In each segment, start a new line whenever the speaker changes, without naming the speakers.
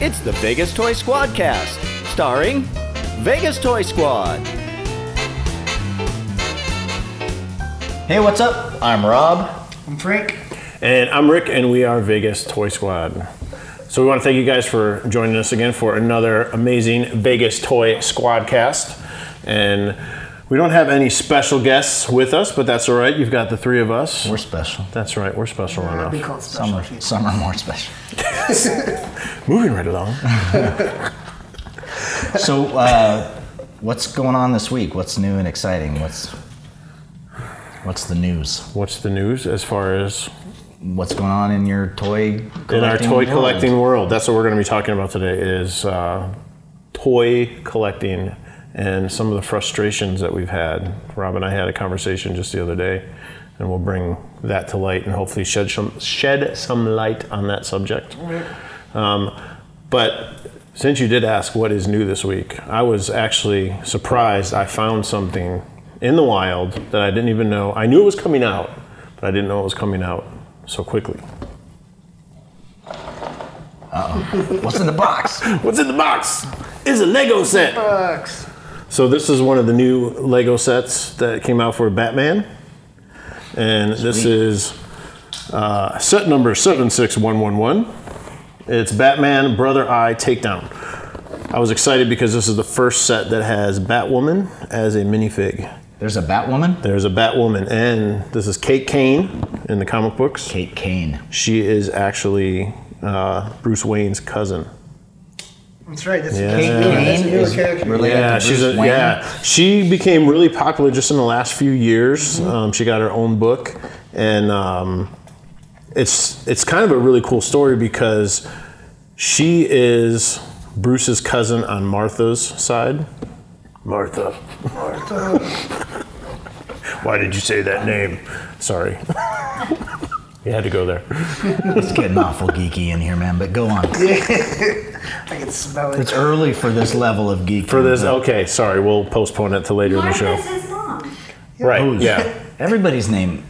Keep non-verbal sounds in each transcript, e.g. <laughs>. It's the Vegas Toy Squad cast, starring Vegas Toy Squad. Hey, what's up? I'm Rob.
I'm Frank.
And I'm Rick, and we are Vegas Toy Squad. So we want to thank you guys for joining us again for another amazing Vegas Toy Squad cast. And we don't have any special guests with us, but that's all right. You've got the three of us.
We're special.
that's right. We're special
We
enough.
call it special.
Some are,
occasion.
some are more special.
Moving right along.
So, uh, what's going on this week? What's new and exciting? What's what's the news?
What's the news as far as
What's going on in your toy collecting
in our toy
world?
collecting world? That's what we're going to be talking about today. Is uh, toy collecting and some of the frustrations that we've had. Rob and I had a conversation just the other day, and we'll bring that to light and hopefully shed some shed some light on that subject. Um, but since you did ask what is new this week, I was actually surprised. I found something in the wild that I didn't even know. I knew it was coming out, but I didn't know it was coming out so quickly.
What's in the box?
What's in the box? Is a Lego set.
Bucks.
So this is one of the new Lego sets that came out for Batman, and this is uh, set number seven six one one one. It's Batman Brother Eye Takedown. I was excited because this is the first set that has Batwoman as a minifig.
There's a Batwoman.
There's a Batwoman, and this is Kate Kane in the comic books.
Kate Kane.
She is actually uh, Bruce Wayne's cousin.
That's right. That's,
Yeah.
that's a new one. That's a newer character.
related
Yeah,
to
she's
Bruce
a,
Wayne.
yeah. She became really popular just in the last few years. Um, she got her own book, and um, it's it's kind of a really cool story because she is Bruce's cousin on Martha's side. Martha. <laughs> Why did you say that name? Sorry. <laughs> you had to go there.
It's getting awful geeky in here, man. But go on.
I can smell it.
It's early for this level of geek.
For this, okay, sorry, we'll postpone it to later in the show.
Martha's his mom.
Right, yeah.
Everybody's name.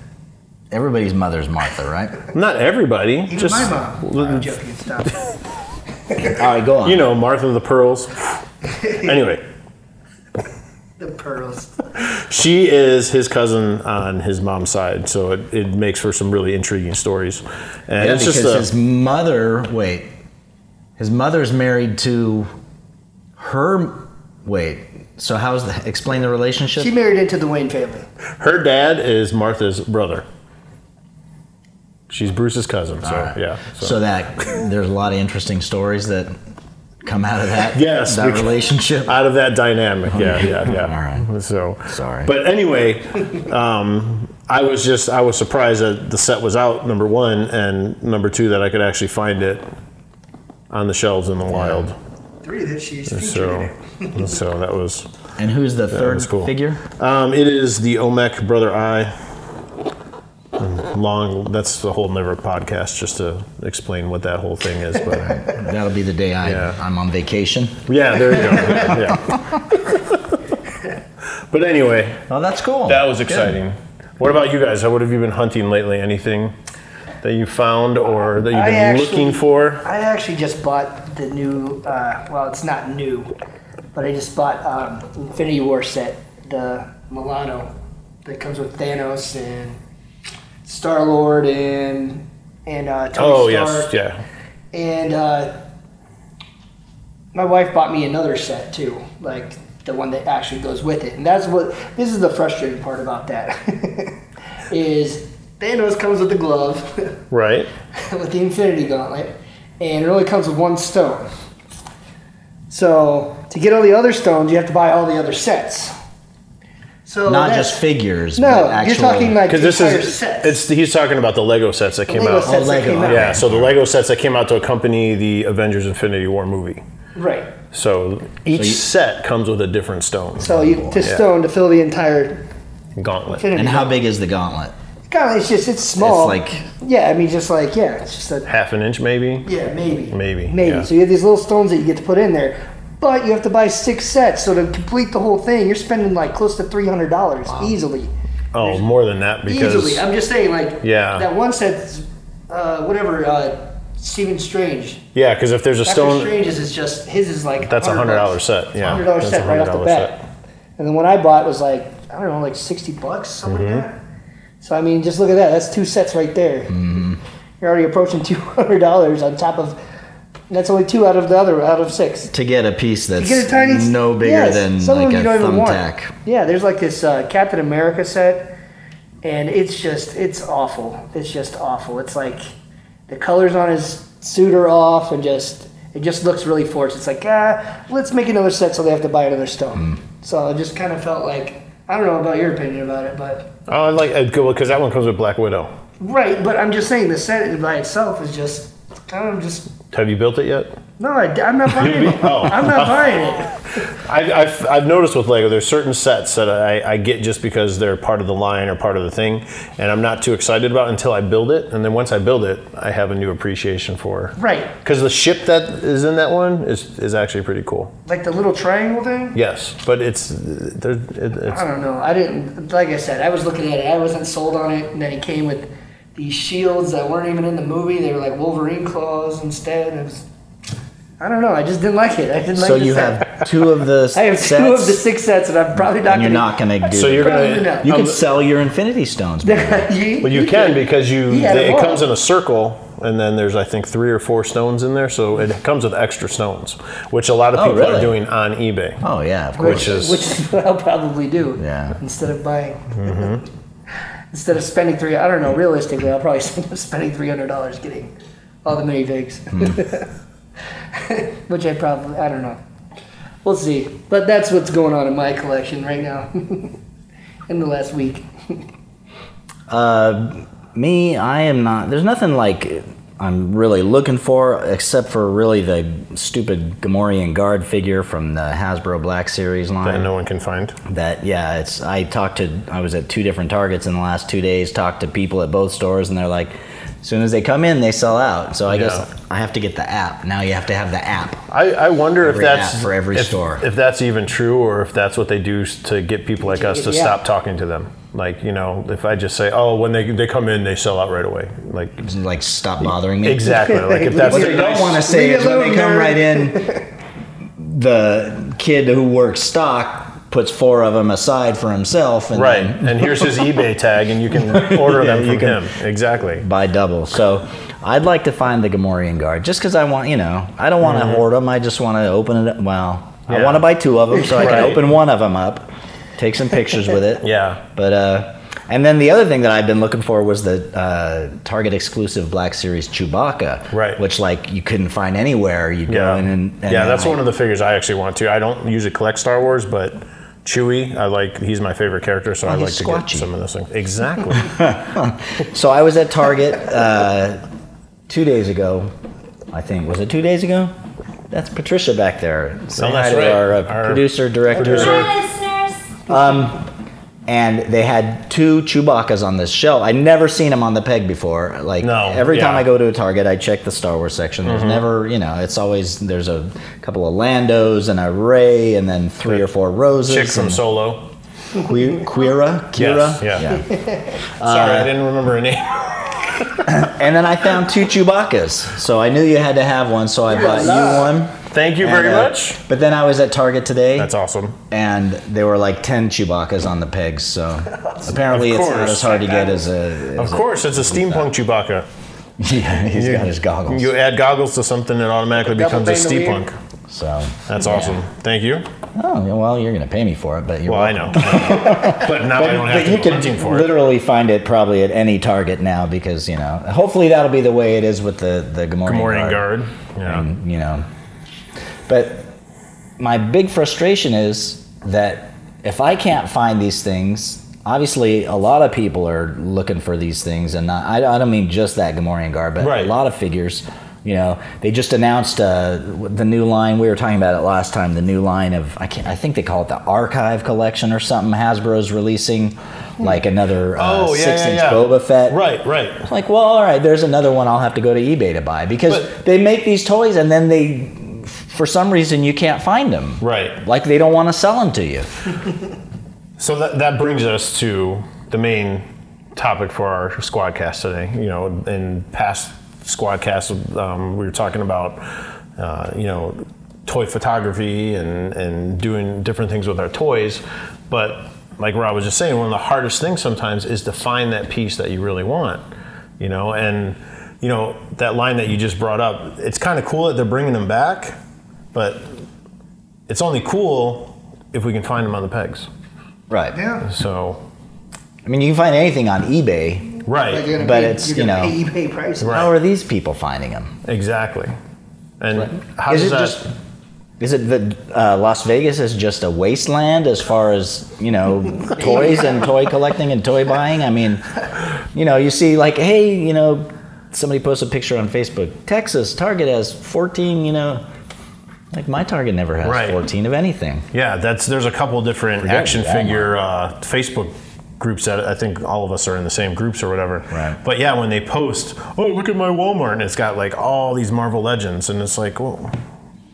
Everybody's mother's Martha, right?
Not everybody.
Even
just
my mom.
Well,
I'm joking.
<laughs>
Stop.
All right, go on.
you know, Martha of the Pearls.
<laughs>
anyway,
the pearls.
she is his cousin on his mom's side, so it, it makes for some really intriguing stories. And
Yeah,
it's
because
just a,
his mother. Wait, his mother's married to her. Wait. So how's the explain the relationship?
She married into the Wayne family.
her dad is Martha's brother. She's Bruce's cousin, so yeah.
so. that there's a lot of interesting stories that come out of that.
Yes,
that
because-
relationship.
out of that dynamic. Yeah, yeah, yeah.
<laughs> All right.
So
Sorry.
But
<laughs>
anyway, um, I was just I was surprised that the set was out. Number one, and number two that I could actually find it on the shelves in the wild.
Three that she's featured in
So,
it.
<laughs> so that was.
and who's the third
was cool.
figure?
Um, it is the Omek Brother Eye. Um, Long. That's the whole never podcast, just to explain what that whole thing is. But <laughs>
That'll be the day I,
Yeah.
I'm on vacation.
yeah, there you go. Yeah. yeah. but anyway,
Oh, that's cool.
That was
Good.
exciting. What about you guys? What have you been hunting lately? Anything that you found or that you've
I
been
actually-
looking for?
I actually just bought the new. Uh, well, it's not new, but I just bought um, Infinity War set, the Milano, that comes with Thanos and Star Lord and and uh, Tony
Oh
Stark.
yes, yeah.
And uh, my wife bought me another set too, like the one that actually goes with it. And that's what this is the frustrating part about that <laughs> is Thanos comes with the glove, <laughs>
Right.
with the Infinity Gauntlet, and it only comes with one stone. So to get all the other stones, you have to buy all the other sets. So
Not
that's-
just figures. but
no,
actual,
you're talking like
Because this
entire
is
sets.
it's he's talking about the Lego sets that came
Lego
out.
sets that
Lego,
came out.
okay.
Yeah, so the Lego sets that came out to accompany the Avengers Infinity War movie.
right.
So each
So you-
set comes with a different stone.
So you to
Yeah.
stone to fill the entire
Gauntlet.
Infinity.
And how big is the gauntlet?
God, it's just it's small.
It's like-
yeah, I mean, just like yeah, it's just a
Half an inch maybe?
yeah, maybe,
Maybe,
maybe.
yeah.
So you have these little stones that you get to put in there, but you have to buy six sets. So to complete the whole thing, you're spending like close to three hundred dollars easily.
Oh, more than that because
easily, I'm just saying, like
Yeah.
that one set, uh, whatever, uh, Stephen Strange.
Yeah, because if there's a
Doctor
stone,
Strange's is just his is like
that's a hundred dollar set. Yeah,
hundred dollar
that's a
set right off the
$100
bat. And then when I bought was like I don't know like sixty bucks something like that. So I mean, just look at that. That's two sets right there. You're already approaching <laughs> two hundred dollars on top of. That's only two out of the other out of six.
to get a piece that's
get a tiny-
no bigger
yes,
than
some of
like
them
a
you don't even want.
thumbtack.
Yeah, there's like this uh, Captain America set, and it's just it's awful. It's just awful. It's like the colors on his suit are off, and just it just looks really forced. It's like ah, let's make another set so they have to buy another stone. So it just kind of felt like I don't know about your opinion about it, but
Oh, I like it because that one comes with Black Widow.
right. But I'm just saying the set by itself is just kind of just
Have you built it yet?
no. I, am not buying it.
Oh.
I'm not buying it.
I've, I've, I've noticed with Lego, there's certain sets that I, I get just because they're part of the line or part of the thing, and I'm not too excited about until I build it. And then once I build it, I have a new appreciation for.
Right,
Because the ship that is in that one is, is actually pretty cool.
like the little triangle thing.
Yes, but it's there. It, it's
I don't know. I didn't like I said, I was looking at it, I wasn't sold on it, and then it came with these shields that weren't even in the movie. They were like Wolverine claws instead. It was I don't know, I just didn't like it. I didn't like
so
the
you
set.
have two of the
<laughs> I have
sets,
two of the six sets and I'm probably not
and you're not going to do.
so you're
Probably
gonna.
not.
You
um,
can sell your Infinity Stones. maybe.
gonna <laughs> you,
Well, you can because you
He had
they,
them
it
all.
comes in a circle, and then there's I think three or four stones in there, so it comes with extra stones, which a lot of
Oh,
people are
really?
doing on eBay.
oh yeah, of
Which
course.
is
which is <laughs> what I'll probably do.
Yeah.
Instead of buying <laughs> instead of spending three I don't know, realistically I'll probably <laughs> end up spending three hundred dollars getting all the minifigs.
Hmm.
<laughs> Which I probably I don't know. We'll see. But that's what's going on in my collection right now. <laughs> in the last week.
Uh, me, I am not. There's nothing like I'm really looking for, except for really the stupid Gamorrean guard figure from the Hasbro Black Series line.
that no one can find.
that yeah it's i talked to i was at two different targets in the last two days talked to people at both stores and they're like as soon as they come in they sell out so i
Yeah.
guess i have to get the app now you have to have the app
I, I wonder
Every
if that's
app for every
if-
store.
If that's even true, or if that's what they do s- to get people like us to
Yeah.
stop talking to them. Like you know, if I just say, "Oh, when they they come in, they sell out right away." Like
like stop bothering me
exactly. Like
<laughs>
if that's
what
a
they don't
nice-
want to say
Leave
is
it
when they
alone,
come
nerd.
right in the kid who works stock puts four of them aside for himself and
Right,
then
and here's his eBay tag, and you
<laughs>
can order
Yeah,
them
you
from
can-
him. Exactly.
buy double. So I'd like to find the Gamorrean guard just because I want, you know, I don't want to hoard them. I just want to open it up. Well, I
Mm-hmm. Yeah.
want to buy two of them so I
Right.
can open one of them up, take some pictures with
<laughs>
it.
Yeah.
But, uh, and then the other thing that I've been looking for was the uh, Target exclusive Black Series Chewbacca,
Right.
Which like you couldn't find anywhere. You would
Yeah,
go in and, and
yeah, that's one of the figures I actually want to. I don't usually collect Star Wars, but Chewie, I like. He's my favorite character, so I like
he's
to
squatchy.
get some of those things. Exactly. <laughs>
So I was at Target uh, two days ago, I think. Was it two days ago? That's Patricia back there. Say
that's
hi to
right.
our, uh,
Our
producer, director.
Hi, listeners.
and they had two Chewbacca's on this shelf. I'd never seen them on the peg before. Like
No,
every time
yeah. Mm-hmm.
I go to a Target, I check the Star Wars section. There's never, you know, it's always there's a couple of Landos and a Ray, and then three or four roses.
Chick from
and
Solo.
Que- Quira, Kira,
Yes, yeah. Sorry,
Uh,
I didn't remember her name. <laughs>
And then I found two Chewbacca's, so I knew you had to have one. So I bought you one.
Thank you very
And, uh,
much.
But then I was at Target today,
That's awesome.
and there were like ten Chewbacca's on the pegs. So apparently, it's not
course.
as hard to get as a.
Of course, it's a steampunk Chewbacca.
<laughs> yeah, he's got his goggles.
You add goggles to something, it automatically
Double
becomes a
bandolier.
steampunk.
So
That's awesome. Thank you.
Oh yeah, well, you're gonna pay me for it, but you're
Well, I know. <laughs> but now I don't have to
you
go
can
hunting for it.
literally find it probably at any Target now because you know. Hopefully that'll be the way it is with the the Gamorrean,
Morning guard. Yeah.
And, you know, but my big frustration is that if I can't find these things, obviously a lot of people are looking for these things, and not, I, I don't mean just that Gamorrean guard, but
Right.
a lot of figures. You know, they just announced uh, the new line. We were talking about it last time. The new line of I can't. I think they call it the Archive Collection or something. Hasbro's releasing like another uh,
Hmm. Oh, yeah, yeah,
six-inch
yeah.
Boba Fett.
Right, right.
Like, well, all right, there's another one I'll have to go to eBay to buy because
But-
they make these toys and then they, for some reason, you can't find them.
Right.
Like they don't want to sell them to you.
So that, that brings us to the main topic for our squadcast today. You know, in past Squadcast, um, we were talking about, uh, you know, toy photography and, and doing different things with our toys. But like Rob was just saying, one of the hardest things sometimes is to find that piece that you really want, you know, and, you know, that line that you just brought up, it's kind of cool that they're bringing them back, but it's only cool if we can find them on the pegs.
Right.
Yeah.
So,
I mean, you can find anything on eBay.
Like
right,
you're gonna
But
pay-
it's,
you're gonna
you know,
pay eBay prices.
Right.
How are these people finding them?
exactly. And how
Is
does
it
that?
just- Is it that uh, Las Vegas is just a wasteland as far as
<laughs>
you know, toys and toy collecting and toy buying? I mean, you know, you see like, hey, you know, somebody posted a picture on Facebook. Texas Target has 14. You know, like my Target never has
Right.
14 of anything.
Yeah, that's there's a couple different
Forget
action
that
figure uh, Facebook groups that I think all of us are in the same groups or whatever.
Right.
But yeah, when they post, oh look at my Walmart, and it's got like all these Marvel Legends, and it's like, well,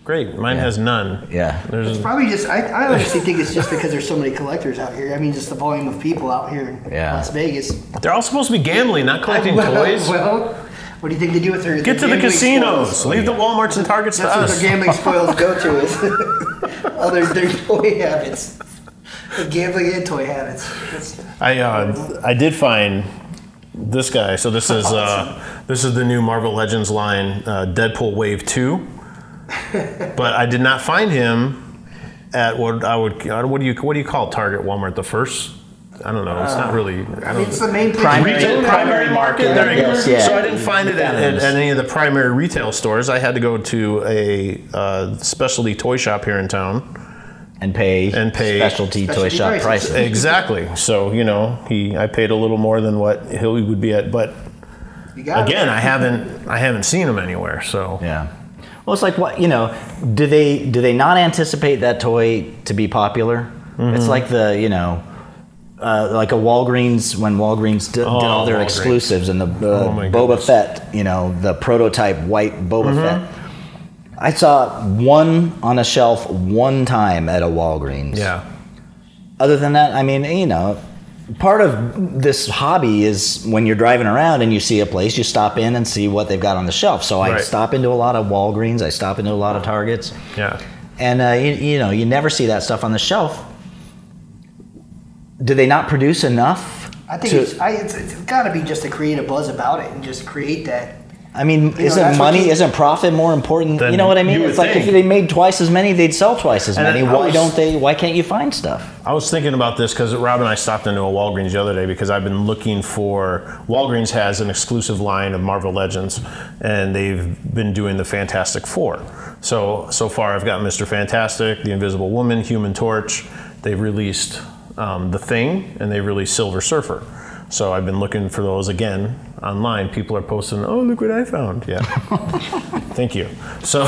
great, mine has none.
Yeah.
There's
Probably just, I, I honestly think it's just because there's so many collectors out here. I mean, just the volume of people out here in
Yeah.
Las Vegas.
they're all supposed to be gambling, not collecting toys.
Well, what do you think they do with their
Get to the
gambling
casinos.
spoils?
Leave the WalMarts and Targets to
That's what
us.
their gambling spoils go to
<laughs>
is other their toy habits. Their gambling and toy habits. That's,
I uh, I did find this guy. So this is uh, this is the new Marvel Legends line, uh, Deadpool Wave Two. but I did not find him at what I would uh, what do you what do you call it, Target Walmart the first. I don't know. It's not really. I don't
it's the main thing.
Primary-
Retail, primary market. There you go.
Yes, yeah.
So I didn't find it at, at,
McDonald's.
at any of the primary retail stores. I had to go to a uh, specialty toy shop here in town.
And pay
And pay
specialty, toy
specialty
shop
prices.
prices.
Exactly. So you know, he I paid a little more than what he would be at, but
You got
again,
it.
I haven't I haven't seen him anywhere. So
Yeah. Well, it's like what you know. Do they do they not anticipate that toy to be popular?
Mm-hmm.
It's like the you know, uh, like a Walgreens when Walgreens d- did all their
Oh, Walgreens.
exclusives and the uh,
Oh, my
Boba
goodness. Mm-hmm.
Fett, you know, the prototype white Boba Fett. I saw one on a shelf one time at a Walgreens.
yeah,
Other than that, I mean, you know, part of this hobby is when you're driving around and you see a place, you stop in and see what they've got on the shelf. So I
Right.
stop into a lot of Walgreens, I stop into a lot of Targets,
yeah.
and uh, you, you know, you never see that stuff on the shelf. Do they not produce enough?
I think
to-
it's, I, it's, it's got to be just to create a buzz about it and just create that.
I mean,
know, that's
isn't
what
money,
you-
isn't profit more important?
Then
You know what I
you
mean?
would
It's like
think.
if they made twice as many, they'd sell twice as
And
many.
I
Why
was-
don't they? Why can't you find stuff?
I was thinking about this because Rob and I stopped into a Walgreens the other day because I've been looking for. Walgreens has an exclusive line of Marvel Legends, and they've been doing the Fantastic Four. So so far, I've got Mister Fantastic, the Invisible Woman, Human Torch. They released um, the Thing, and they released Silver Surfer. So I've been looking for those again online. People are posting, "Oh, look what I found!" Yeah. <laughs> Thank you. So,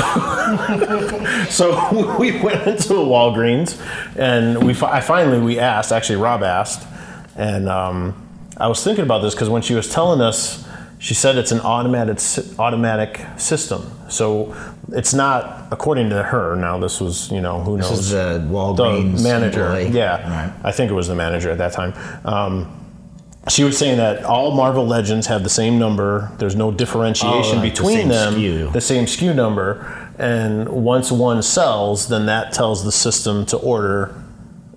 <laughs> so <laughs> we went into the Walgreens, and we fi- I finally we asked. Actually, Rob asked, and um, I was thinking about this because when she was telling us, she said it's an automatic sy- automatic system. So it's not according to her. Now this was you know who knows
This is the
the
uh, Walgreens
manager.
employee.
Yeah, I think it was the manager at that time. Um, she was saying that all Marvel Legends have the same number. There's no differentiation
Oh, like the
between
same
them.
SKU.
The same SKU number, and once one sells, then that tells the system to order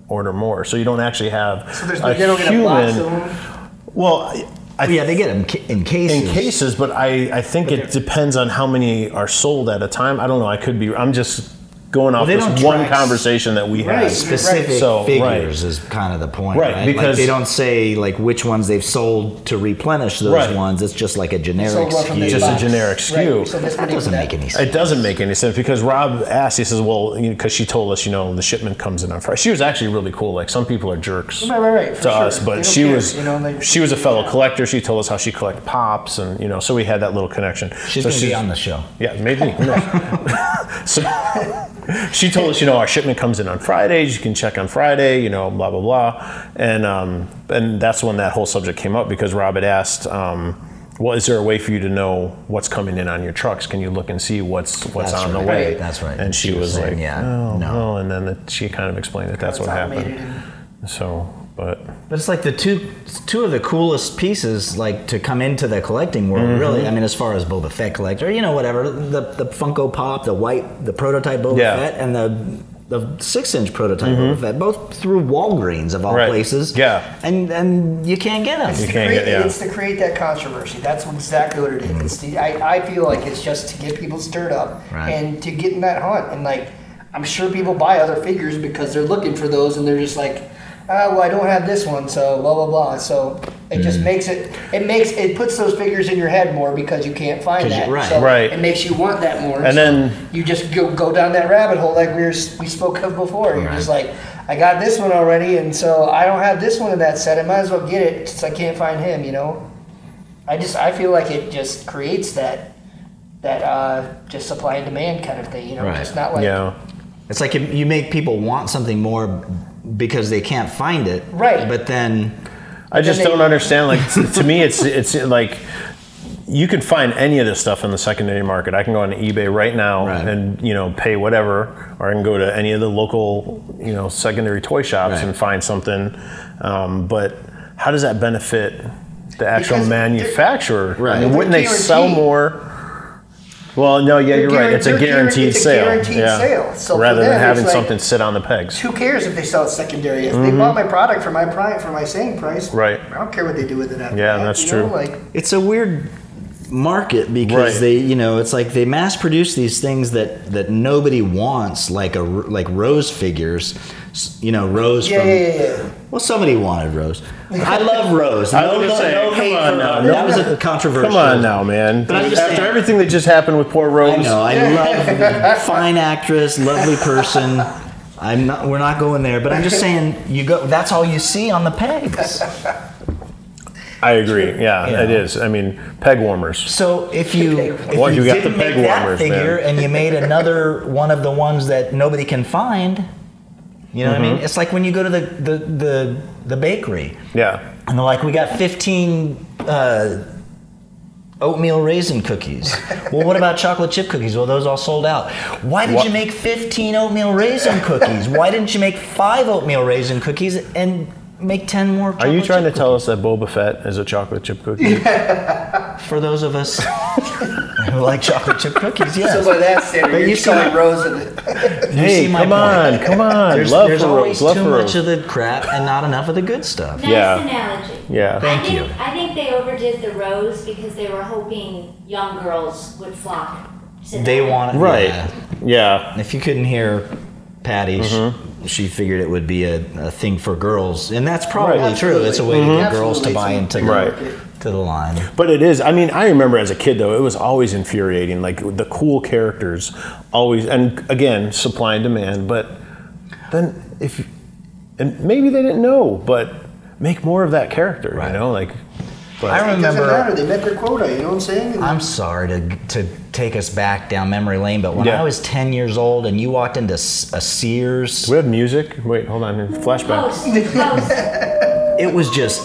order more. So you don't actually have
So there's
a
no, they don't get a box of
human.
them.
Well, I, I
Yeah, they get them ca- in cases.
in cases, but I, I think it depends on how many are sold at a time. I don't know. I could be. I'm just going off
they
this
don't
one
track s-
conversation that we
Right.
had.
specific
Right.
So,
figures is kind of the point,
Right,
right?
because-
like they don't say like which ones they've sold to replenish those
Right.
ones. It's just like a
So
generic
what from
SKU.
this
Just a
box?
generic SKU.
Right. So this many
That doesn't
of
make any sense.
It doesn't make any sense because Rob asked. He says, "Well, because she told us, you know, the shipment comes in on Friday." She was actually really cool. Like some people are jerks
Right, right, right,
to
for sure.
us,
They
but
don't
she
care,
was
you know, they-
she was a fellow collector. She told us how she collected pops, and you know, so we had that little connection.
She's
so
gonna be on the show.
yeah, maybe. Who
<laughs>
knows? so she told us, you know, our shipment comes in on Fridays. You can check on Friday, you know, blah blah blah, and um, and that's when that whole subject came up because Rob had asked, um, well, is there a way for you to know what's coming in on your trucks? Can you look and see what's what's
That's
on
right,
the way?
right, that's right.
And she,
She
was,
was saying,
like,
yeah,
oh, no,
no.
and then it, she kind of explained that that's
It's
what happened.
automated and-
So, But
But it's like the two two of the coolest pieces like to come into the collecting world.
Mm-hmm.
Really, I mean, as far as Boba Fett collector, you know, whatever the the Funko Pop, the white, the prototype Boba
Yeah. Mm-hmm.
Fett, and the the six inch prototype Boba Fett, both through Walgreens of all
Right.
places.
Yeah.
and and you can't get them.
You
to
can't
create,
get- yeah. Mm-hmm.
It's to create that controversy. That's exactly what it is. It's the, I, I feel like it's just to get people stirred up
Right.
and to get in that hunt. And like, I'm sure people buy other figures because they're looking for those and they're just like, ah, well, I don't have this one, so blah blah blah. So it just
Mm-hmm.
makes it, it makes it puts those figures in your head more because you can't find
'Cause you-
that.
right.
So
Right.
It makes you want that more.
And
So
then-
you just go go down that rabbit hole like we were, we spoke of before. You're just like, I got this one already, and so I don't have this one in that set. I might as well get it since I can't find him. You know, I just I feel like it just creates that that uh, just supply and demand kind of thing. You know,
Right.
just not like
yeah,
It's like you- you make people want something more because they can't find it.
Right.
But then
I just
then they-
don't understand.
<laughs>
Like t- to me, it's it's like you can find any of this stuff in the secondary market. I can go on eBay right now
Right.
and you know pay whatever, or I can go to any of the local you know secondary toy shops
Right.
and find something. Um, but how does that benefit the actual
Because they're-
manufacturer? I
Right.
mean,
They're
wouldn't they sell
guaranteed.
more? Well, no, yeah,
They're
you're right. It's a
guaran- they're guaran-
guaranteed
it's a
sale.
guaranteed
yeah.
sale. So for
Rather
them,
than
it's
having
like-
something sit on the pegs.
Who cares if they sell it secondary? If they bought my product for my pri for my same price,
Mm-hmm. Right.
I don't care what they do with it after.
Yeah,
that,
that's
you know,
true.
Like
it's a weird market because
Right.
they you know it's like they mass produce these things that that nobody wants like a r- like rose figures S- you know rose
yeah,
from
yeah, yeah, yeah.
well somebody wanted rose i love rose
I was
no,
gonna say,
no hate
come on
for
now,
Rose.
no-
that was a controversial
Come on now, man.
But I'm
After
just saying-
everything that just happened with poor
i
Rose,
know i
<laughs>
love fine actress lovely person i'm not we're not going there but i'm just saying you go that's all you see on the pegs
I agree. Yeah,
Yeah.
it is. I mean, peg warmers.
So if you if
What, you got the
didn't
peg
make that
warmers,
figure
man.
and you made another <laughs> one of the ones that nobody can find, you know what
Mm-hmm.
I mean? It's like when you go to the the the, the bakery
Yeah.
and they're like, we got fifteen. Uh, Oatmeal
<laughs>
raisin cookies. Well, what about chocolate chip cookies? Well, those all sold out. Why did
What-
you make 15 oatmeal raisin cookies? Why didn't you make five oatmeal raisin cookies and make 10 more?
Are you
chocolate
trying to
chip
tell us that Boba Fett is a chocolate chip cookie?
for those of
<laughs>
us who like chocolate chip cookies? Yes.
So by that standard,
But
you're
you
just
see
calling
my-
Rose and
You
hey,
see my
come
point.
on, come on.
There's,
love
there's
for
always
Rose. Love
too
for
much
Rose.
of the crap and not enough of the good stuff.
Nice
Yeah.
analogy.
Yeah.
Thank
I think,
you.
I think they overdid the rose because they were hoping young girls would flock. to
They
them.
want
right.
yeah.
Yeah.
If you couldn't hear Patty, sh-
Mm-hmm.
she, figured it would be a, a thing for girls, and that's probably
Right.
true. It's a way to get girls to
Absolutely.
buy into the,
Right.
to the line.
But it is. I mean, I remember as a kid though, it was always infuriating. Like the cool characters always, and again, supply and demand. But then if, and maybe they didn't know, but make more of that character.
Right.
You know, like. But,
I
it doesn't matter.
remember.
They met their quota. You know what I'm saying?
I'm sorry to to take us back down memory lane, but when
Yeah.
I was 10 years old and you walked into S- a Sears,
we have music. Wait, hold on. Flashback.
Oh,
Post, post.
it was just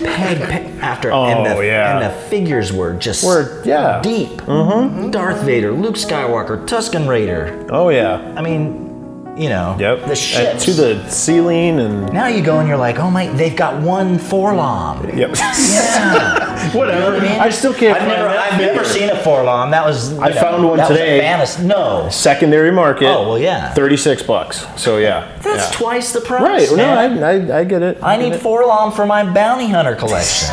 peg, peg after
Oh,
and, the,
yeah.
and the figures were just
Were- yeah.
deep
Mm-hmm.
darth vader luke skywalker tuscan raider
Oh yeah.
i mean you know
Yep.
the
And
ships
to the ceiling and
now you go and you're like oh my they've got one
<laughs>
forlom
yep.
yeah.
Whatever.
You know what mean?
I still can't
I've
find
never,
that
I've never
figure.
seen a forlom. That was you
I
know,
found one
that was a
today.
fantasy- No,
Secondary market.
Oh, well, yeah.
Thirty-six bucks. So yeah.
that's
yeah.
twice the
Right.
price.
No,
man.
I, I, I get it.
I need Forlom for my bounty hunter
<laughs>
collection.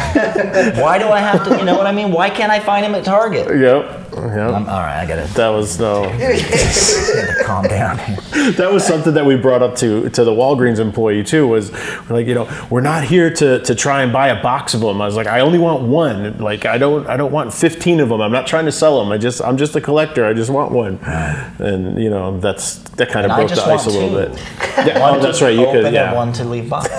Why do I have to? You know what I mean? Why can't I find him at Target?
Yep. Yep.
I'm, all right, I gotta
that was no.
gotta calm down. here.
That was something that we brought up to to the Walgreens employee too. Was we're like you know we're not here to to try and buy a box of them. I was like I only want one. Like I don't I don't want fifteen of them. I'm not trying to sell them. I just I'm just a collector. I just want one. And you know that's that kind of
And I
broke the
just
ice a
want
little
two.
bit.
<laughs>
Yeah, oh, that's right. You
open
could
and
yeah.
one to leave box.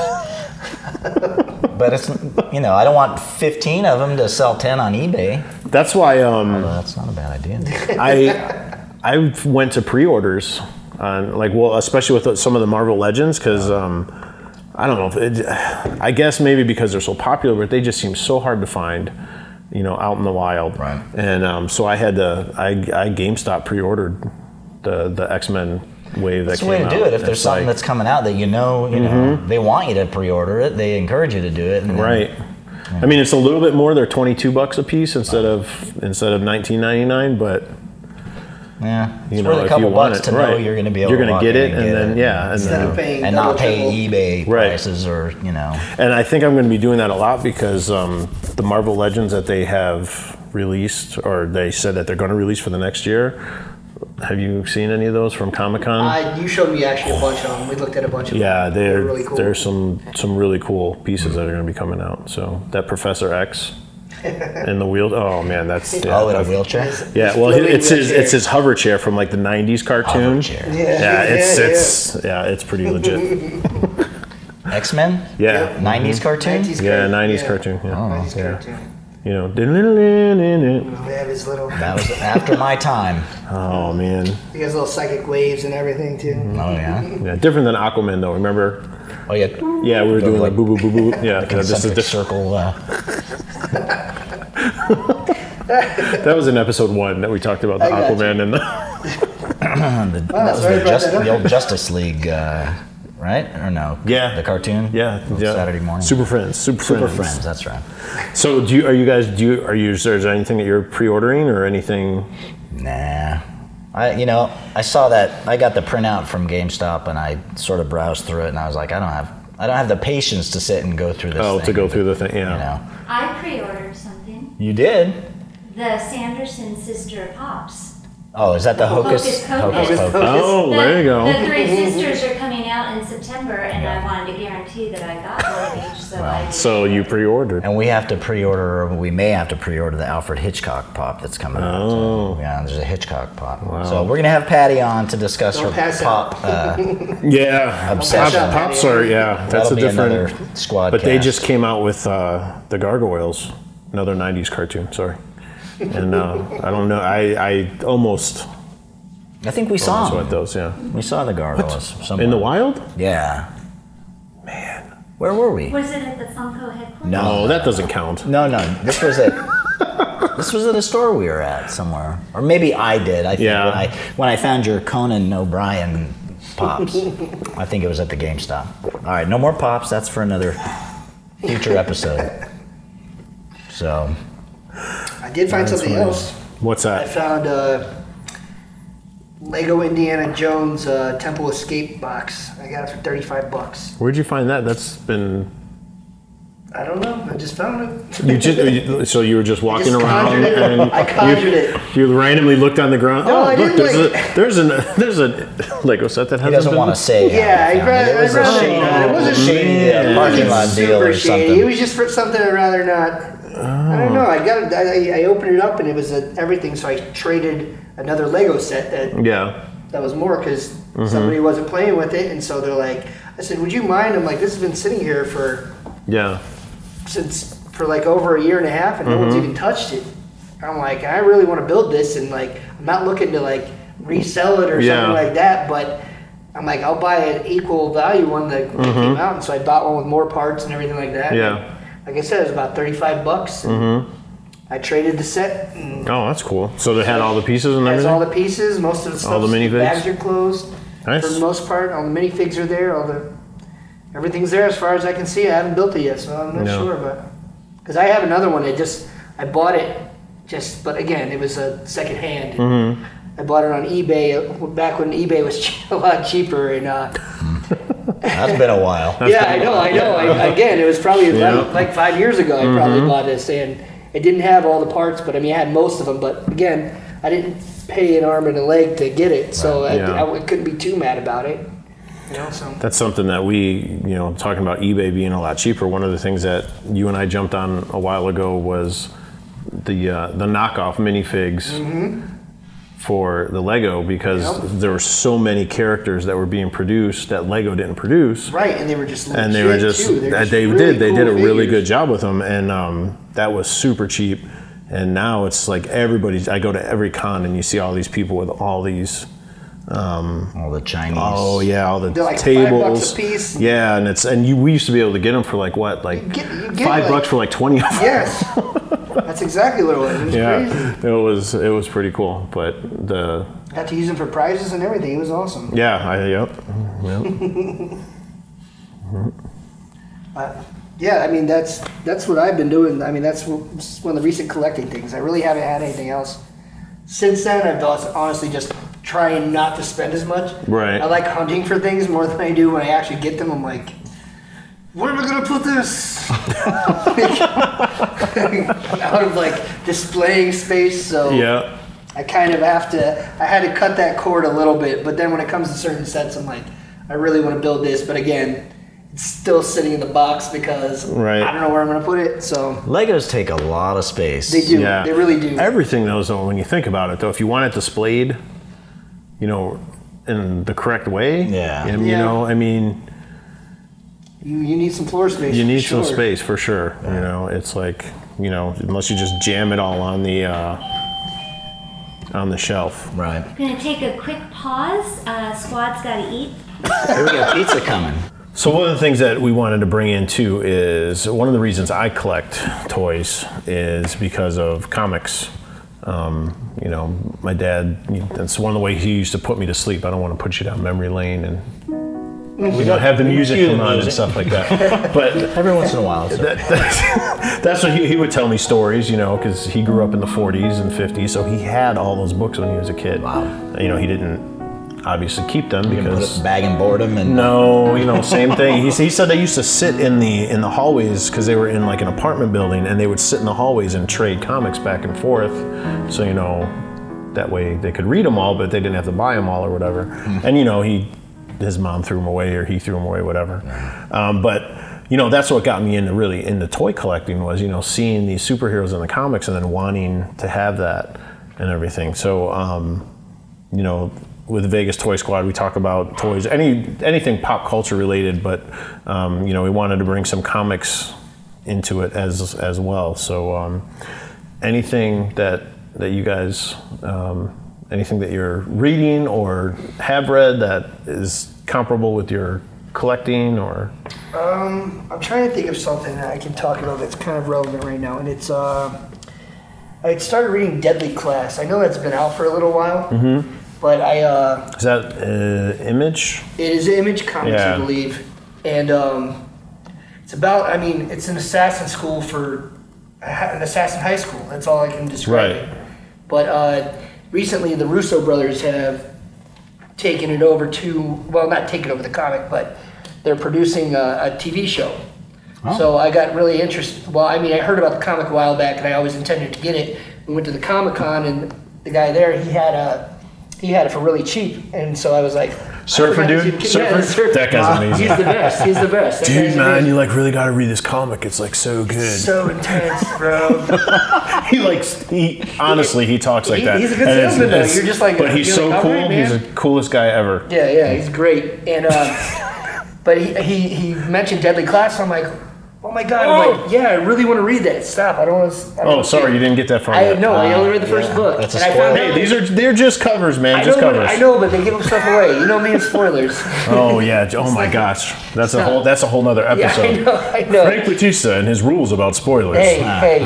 <laughs> but it's you know I don't want 15 of them to sell 10 on eBay.
That's why um,
Well, that's not a bad idea.
I I went to pre-orders on like well, especially with some of the Marvel Legends because um, I don't know. If it, I guess maybe because they're so popular, but they just seem so hard to find. You know, out in the wild.
Right.
And um, so I had to. I I GameStop pre-ordered the the X Men wave that
That's the
came
way to
out.
do it. If there's
It's
something
like-
that's coming out that you know, you know, they want you to pre-order it. They encourage you to do it. and then-
Mm-hmm. right. I mean, it's a little bit more. They're twenty-two bucks a piece instead of instead of nineteen ninety-nine, but
Yeah.
you
it's
know,
worth a
if you
couple
want
bucks
it,
to know
right,
you're going to be able.
you're
to
gonna
walk
get
in
it, and then yeah, and
Instead
then
of paying
and not
double,
pay
triple.
eBay
Right.
prices or you know.
And I think I'm going to be doing that a lot because um, the Marvel Legends that they have released, or they said that they're going to release for the next year. Have you seen any of those from Comic Con?
Uh, you showed me actually a bunch of them. We looked at a bunch of
Yeah,
them.
there,
They're really cool.
there's some some really cool pieces that are going to be coming out. So that Professor X
<laughs>
in the wheel. Oh man, that's yeah.
oh, in a
that's-
wheelchair.
yeah, well,
floating
it's his
wheelchair.
it's his hover chair from like the '90s cartoon.
Hover chair.
Yeah,
<laughs>
it's it's yeah, it's pretty legit.
X Men.
Yeah,
Nineties cartoon.
90s
yeah,
cartoon,
'90s
yeah.
cartoon. Yeah,
90s
yeah.
cartoon.
you know.
They have his little,
That was after my time.
Oh man,
he has little psychic waves and everything too. <laughs>
Mm-hmm.
Oh yeah.
yeah, different than Aquaman though. Remember?
Oh yeah.
Yeah, we were doing like
like-
boo boo boo boo.
<laughs>
Yeah, no, this is
Concentric
different.
circle. Uh,
That was in episode one that we talked about the
I got you.
Aquaman and
<laughs>
the.
the,
Wow,
that was
Oh, sorry
the,
about
just,
that.
the old Justice League, uh, right? Or no?
Yeah.
The cartoon.
Yeah, yeah.
Saturday morning.
Super Friends. Super,
Super
Friends.
Friends. That's right.
So do you? Are you guys? Do you? Are you? Is there anything that you're pre-ordering or anything?
Nah. I, you know, I saw that. I got the printout from GameStop, and I sort of browsed through it, and I was like, I don't have, I don't have the patience to sit and go through this.
Oh, to
thing,
go through the thing.
You
Yeah.
know,
I pre-ordered something.
you did.
The Sanderson Sister Pops.
Oh, is that the
Hocus
Hocus
Pocus.
Hocus Pocus?
Oh,
The-
there you
The
go.
three sisters are coming out in September, and
Yeah.
I wanted to guarantee that I got one of each, so I.
So you pre-ordered.
And we have to pre-order, or we may have to pre-order the Alfred Hitchcock pop that's coming out. So,
Oh.
yeah, there's a Hitchcock pop. So we're gonna have Patty on to discuss
Don't
her
pass
pop.
out.
Uh,
Yeah.
Obsession.
Pop- Pops are. Yeah. That's
that'll
a
be
different.
another squad.
But they
cast.
just came out with uh, the Gargoyles, another '90s cartoon. Sorry, and uh, I don't know. I I almost
I think we saw.
almost went
'em.
those. Yeah,
We saw the gargoyles somewhere.
in the wild.
Yeah. Man. Where were we?
Was it at the Funko headquarters?
No, Oh, that doesn't count.
No, no. This was it. <laughs> this was at a store we were at somewhere, or maybe I did. I think
Yeah.
when I when I found your Conan O'Brien pops, I think it was at the GameStop. All right, no more pops. That's for another future episode. So
oh.
I did find something else.
What's
I
that?
found uh, Lego Indiana Jones uh, Temple Escape box. I got it for 35 bucks.
Where'd you find that? That's been
I don't know. I just found it.
you
<laughs>
just you- so you were just walking
just
around
conjured it.
and
I conjured
you,
it.
you randomly looked on the ground.
No,
oh,
I didn't,
look, there's
like-
a there's an <laughs> there's a Lego set that
he
hasn't
doesn't
been.
want to say. how
Yeah,
he
I
found
read-
It It was
I
a
read-
shady,
it was a
shady uh, parking lot deal
Super
or
shady. It
something.
was just for something I'd rather not. I don't know. I got. it- I, I- I opened it up and it was uh everything. So I traded another Lego set that
Yeah.
that was more because
Mm-hmm.
somebody wasn't playing with it, and so they're like, I said, "Would you mind?" I'm like, "This has been sitting here for
Yeah.
since for like over a year and a half, and no one's
Mm-hmm.
even touched it." I'm like, "I really want to build this, and like, I'm not looking to like resell it or
Yeah.
something like that, but." I'm like, I'll buy an equal value one that came out, and so I bought one with more parts and everything like that.
Mm-hmm. Yeah. Mm-hmm.
Like I said, it was about 35 bucks. and I traded the set, and
Oh, that's cool. So they had all the pieces and
that's
everything.
all the pieces. Most of the stuff,
All the minifigs?
bags are closed.
Nice.
For the most part, all the minifigs are there. All the everything's there as far as I can see. I haven't built it yet, so I'm not
No.
sure. But because I have another one, I just I bought it just, but again, it was a second hand.
Mm-hmm.
I bought it on eBay uh, back when eBay was <laughs> a lot cheaper, and uh,
That's been a
<laughs>
while.
yeah, I know, I know. I, again, it was probably
Yeah.
like, like five years ago. I probably
Mm-hmm.
bought this, and it didn't have all the parts, but I mean, I had most of them. But again, I didn't pay an arm and a leg to get it, so I,
Yeah.
I couldn't be too mad about it. You know, so
That's something that we, you know, talking about eBay being a lot cheaper. One of the things that you and I jumped on a while ago was the uh, the knockoff minifigs for the Lego because
Mm-hmm. Yep.
there were so many characters that were being produced that Lego didn't produce,
right, and they were just
and they were
legit,
just,
too. They're
that
just
they
really
did they did a
cool
really
figures.
good job with them, and um, that was super cheap. And now it's like everybody's. I go to every con and you see all these people with all these
All the Chinese.
Oh yeah, all the
They're like five bucks
tables.
a piece.
Yeah, and it's and you we used to be able to get them for like what, like
get- you get,
five
like-
bucks for like twenty of them.
Yes, that's exactly what it was. It was
<laughs> Yeah,
crazy.
it was it was pretty cool, but the
Got to use him for prizes and everything. It was awesome.
Yeah, I, yep. yep.
But Uh, yeah, I mean that's that's what I've been doing. I mean that's what- this is one of the recent collecting things. I really haven't had anything else since then. I've also- honestly just trying not to spend as much.
Right.
I like hunting for things more than I do when I actually get them. I'm like, where am I gonna put
<laughs>
this? <laughs> out of like displaying space. So
yeah.
I kind of have to. I had to cut that cord a little bit, but then when it comes to certain sets, I'm like, I really want to build this, but again, it's still sitting in the box because
Right.
I don't know where I'm going to put it. So
Legos take a lot of space.
they do.
Yeah.
They really do.
Everything, though, is- when you think about it, though, if you want it displayed, you know, in the correct way,
Yeah.
and, you
Yeah.
know, I mean,
you, you need some floor space.
you
for
need
sure.
some space for sure. You know, it's like, you know, unless you just jam it all on the uh, on the shelf.
Right.
Gonna take a quick pause. Uh, squad's gotta eat.
Here we got pizza coming.
So one of the things that we wanted to bring in too is one of the reasons I collect toys is because of comics. Um, you know, my dad. That's one of the ways he used to put me to sleep. I don't want to put you down memory lane, and we don't have the music
Cue the
come on and
music.
stuff like that.
<laughs>
But
Every once in a while. it's-
that, that's, that's what he, he would tell me stories, you know, because he grew up in the 40s and 50s, so he had all those books when he was a kid.
Wow.
You know, he didn't obviously keep them
You can put
because.
it bag and boredom and
No, you know, same thing. He, he said they used to sit in the in the hallways because they were in like an apartment building, and they would sit in the hallways and trade comics back and forth. So you know, that way they could read them all, but they didn't have to buy them all or whatever. And you know, he his mom threw them away or he threw them away, whatever. Um, but you know, that's what got me into really into toy collecting was you know seeing these superheroes in the comics and then wanting to have that and everything. So. Um, you know, with Vegas Toy Squad, we talk about toys, any anything pop culture related, but um, you know, we wanted to bring some comics into it as as well. So um, anything that that you guys, um, anything that you're reading or have read that is comparable with your collecting or
Um, I'm trying to think of something that I can talk about that's kind of relevant right now, and it's. Uh, I started reading Deadly Class. I know that's been out for a little while,
Mm-hmm.
but I uh,
is that uh, image?
It is Image Comics,
Yeah.
I believe, and um, it's about. I mean, it's an assassin school for an assassin high school. That's all I can describe.
Right.
It. But uh, recently, the Russo brothers have taken it over to. Well, not taken over the comic, but they're producing a, a TV show. So I got really interested. Well, I mean, I heard about the comic a while back, and I always intended to get it. We went to the Comic Con, and the guy there, he had a. He had it for really cheap, and so I was like, I
Surfer
forgot
dude?
to- yeah, the
Surfer? That guy's
Wow.
amazing.
He's the best. He's the best. That guy's amazing.
you like really got to read this comic. It's like so good.
so intense, bro.
he likes he honestly he talks like
He-
that.
he's a good
And it's-
salesman, though.
it's-
You're just like-
but he's
you're
so
like, "All
cool.
right,
he's the
man."
coolest guy ever.
Yeah, yeah, he's great. And uh, but he, he he mentioned Deadly Class. I'm like, oh my god. I'm like, yeah, I really want to read that. Stop. I don't want to.
Oh, sorry, you didn't get that far.
I
yet.
no. I only
Ah,
read the first
yeah,
book.
that's a
and I found
spoiler.
Hey,
out-
these are they're just covers, man.
I
just
know,
covers.
I know, but they give them stuff away. You know me and
<laughs>
spoilers.
Oh yeah. Oh my
like-
gosh. That's a
not-
whole that's a whole nother
yeah, I
episode.
know. I know.
Frank Batista and his rules about spoilers.
Hey,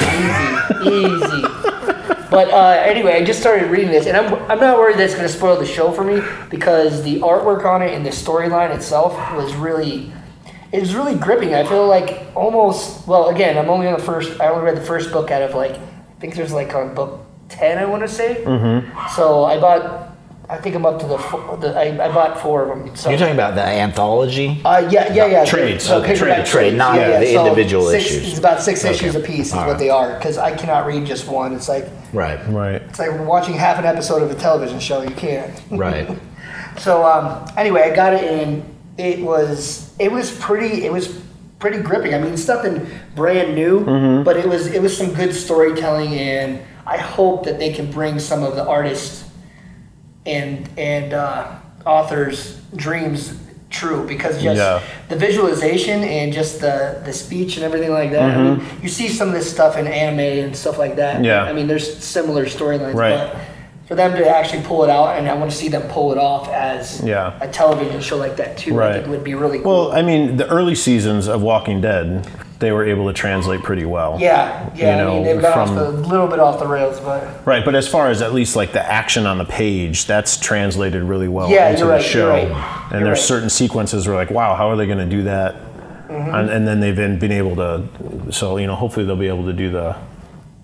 hey, easy, easy. But uh, anyway, I just started reading this, and I'm, I'm not worried that's going to spoil the show for me because the artwork on it and the storyline itself was really, it was really gripping. I feel like almost, well, again, I'm only on the first, I only read the first book out of like, I think there's like on book 10, I want to say. Mm-hmm. So I bought, I think I'm up to the, four, the I, I bought four of them. So.
You're talking about the anthology?
Uh, yeah, yeah, yeah.
Trades,
So
okay,
paperback
trade,
trade, not the individual
six-
issues.
It's about six
Okay.
issues a piece is
All
what
right.
they are because I cannot read just one. It's like
Right.
Right.
it's like watching half an episode of a television show. You can't.
Right.
So um, anyway, I got it and it was it was pretty it was pretty gripping. I mean, it's nothing brand new,
Mm-hmm.
but it was it was some good storytelling and I hope that they can bring some of the artists and and uh, authors' dreams true because just
Yeah.
the visualization and just the the speech and everything like that. I mean, you see some of this stuff in anime and stuff like that.
Mm-hmm. Yeah.
I mean, there's similar storylines,
Right.
but for them to actually pull it out, and I want to see them pull it off as
Yeah.
a television show like that too. I
Right.
think would be really cool.
Well, I mean, the early seasons of Walking Dead they were able to translate pretty well.
Yeah, yeah.
You
I mean,
know,
they've gone
from-
off a little bit off the rails, but
Right, but as far as at least like the action on the page, that's translated really well
Yeah,
into
you're
the
right,
show.
you're right.
And
You're
there's
right.
certain sequences where like, wow, how are they going to do that?
Mm-hmm.
And, and then they've been, been able to. So you know, hopefully they'll be able to do the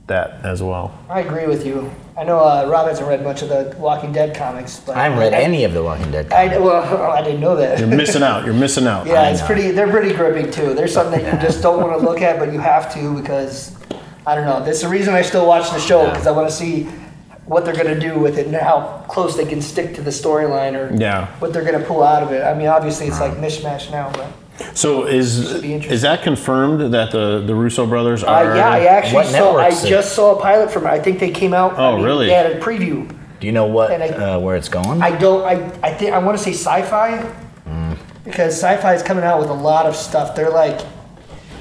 that as well.
I agree with you. I know uh, Rob hasn't read much of the Walking Dead comics, but
I haven't read any of The Walking Dead.
I, well, <laughs> I didn't know that.
You're missing out. You're missing out.
Yeah,
I
it's
know.
pretty. They're pretty gripping too. There's something that you just don't want to look at, but you have to because I don't know. That's the reason I still watch the show because I want to see what they're gonna do with it and how close they can stick to the storyline or
Yeah.
what they're gonna pull out of it. I mean, obviously it's like mishmash now, but
So is
be interesting.
is that confirmed that the the Russo brothers are?
uh, yeah, I actually
what
saw. I
network's it?
just saw a pilot from it. I think they came out.
Oh,
I mean,
really?
They had a preview.
Do you know what
And I-
uh, where it's going?
I don't. I I think I want to say sci-fi
Mm.
because sci-fi is coming out with a lot of stuff. They're like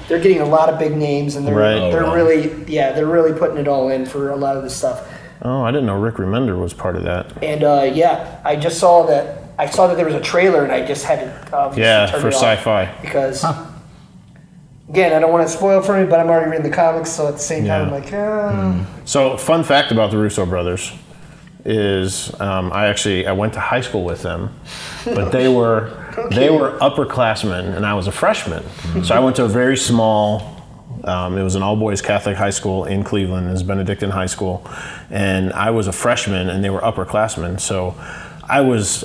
they're getting a lot of big names, and they're
Right. Oh,
they're
wow.
really yeah they're really putting it all in for a lot of this stuff.
Oh, I didn't know Rick Remender was part of that.
And uh, yeah, I just saw that. I saw that there was a trailer, and I just had to obviously
Yeah,
turn
for
it off
sci-fi.
because. Again, I don't want to spoil for me, but I'm already reading the comics, so at the same time, I'm
Yeah.
like, ah.
So, fun fact about the Russo brothers is um, I actually I went to high school with them, but they were they were upperclassmen and I was a freshman. So I went to a very small. Um, it was an all boys Catholic high school in Cleveland. It was Benedictine High School, and I was a freshman and they were upperclassmen. So I was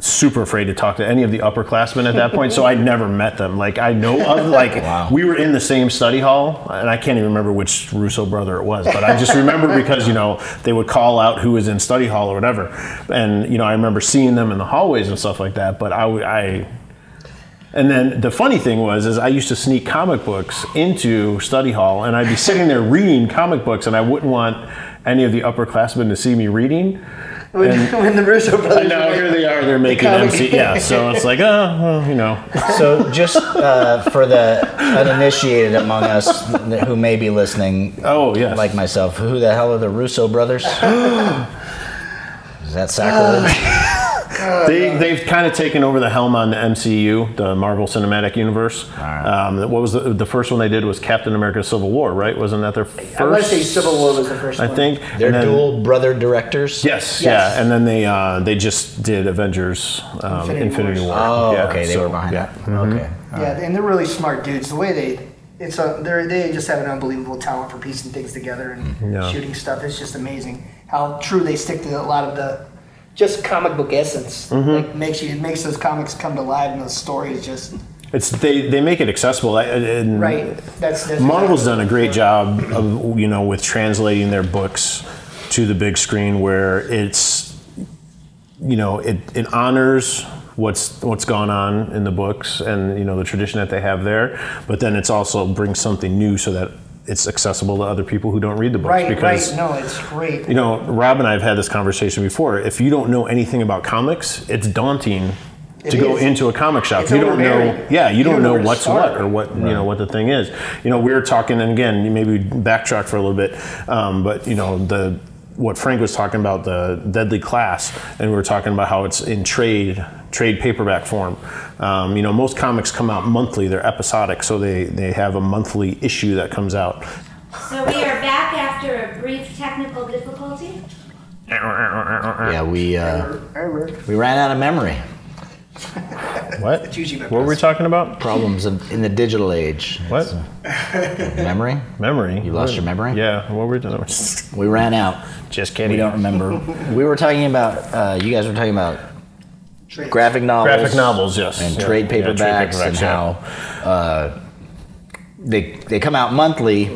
super afraid to talk to any of the upperclassmen at that point. so I'd never met them. Like I know of like we were in the same study hall, and I can't even remember which Russo brother it was, but I just remember because you know they would call out who was in study hall or whatever, and you know I remember seeing them in the hallways and stuff like that. But I would I. And then the funny thing was, is I used to sneak comic books into study hall, and I'd be sitting there reading comic books, and I wouldn't want any of the upperclassmen to see me reading.
when, when the Russo brothers.
I know,
were
here
like-
they are. They're making
comic-
MC. Yeah, so it's like, oh, well,
<laughs>
you know.
So, just uh, for the uninitiated among us who may be listening,
Oh, yes.
like myself, who the hell are the
<gasps>
Russo brothers? Is that sacrilege?
Oh,
They, they've kind of taken over the helm on the MCU, the Marvel Cinematic Universe.
right.
Um, what was the, the first one they did was Captain America: Civil War, right? Wasn't that their first?
I want to say Civil War was the first
I
one.
think
They're
And then-
dual brother directors.
Yes,
Yes.
yeah, and then they uh, they just did Avengers: um,
Infinity
Infinity,
Wars.
War.
Oh,
Yeah,
okay, they
so,
were behind
yeah. Mm-hmm.
that. Okay.
Yeah, and they're really smart dudes. The way they, it's a, they they just have an unbelievable talent for piecing things together and
Yeah.
shooting stuff. It's just amazing how true they stick to a lot of the just comic book essence. Like makes you, it makes those comics come to life, and those stories just
It's they, they make it accessible. I- And
right. That's, that's
Marvel's done a great job of you know with translating their books to the big screen where it's you know it, it honors what's what's gone on in the books and you know the tradition that they have there but then it's also brings something new so that it's accessible to other people who don't read the books
Right,
because
right. No, it's great.
you know Rob and I have had this conversation before if you don't know anything about comics it's daunting
It
to go
is.
into a comic shop
It's
you don't
overbearing.
know yeah you,
don't
don't
know
know
where to
what's
start.
what or what you know what the thing is you know we were talking and again maybe backtrack for a little bit um, but you know the what frank was talking about the deadly class and we were talking about how it's in trade trade paperback form um, you know most comics come out monthly they're episodic so they they have a monthly issue that comes out
So we are back after a brief technical difficulty.
Yeah, we uh,
I remember.
we ran out of memory.
what
usually
what were we talking about
Problems of, in the digital age.
what
Memory?
memory
You lost your memory?
yeah what were we doing <laughs> just
We ran out.
kidding
We
<laughs>
don't remember. we were talking about. Uh, you guys were talking about
Trades.
graphic novels,
graphic novels yes
and
Yeah.
trade
Yeah,
paperbacks, and
yeah.
how uh, they they come out monthly,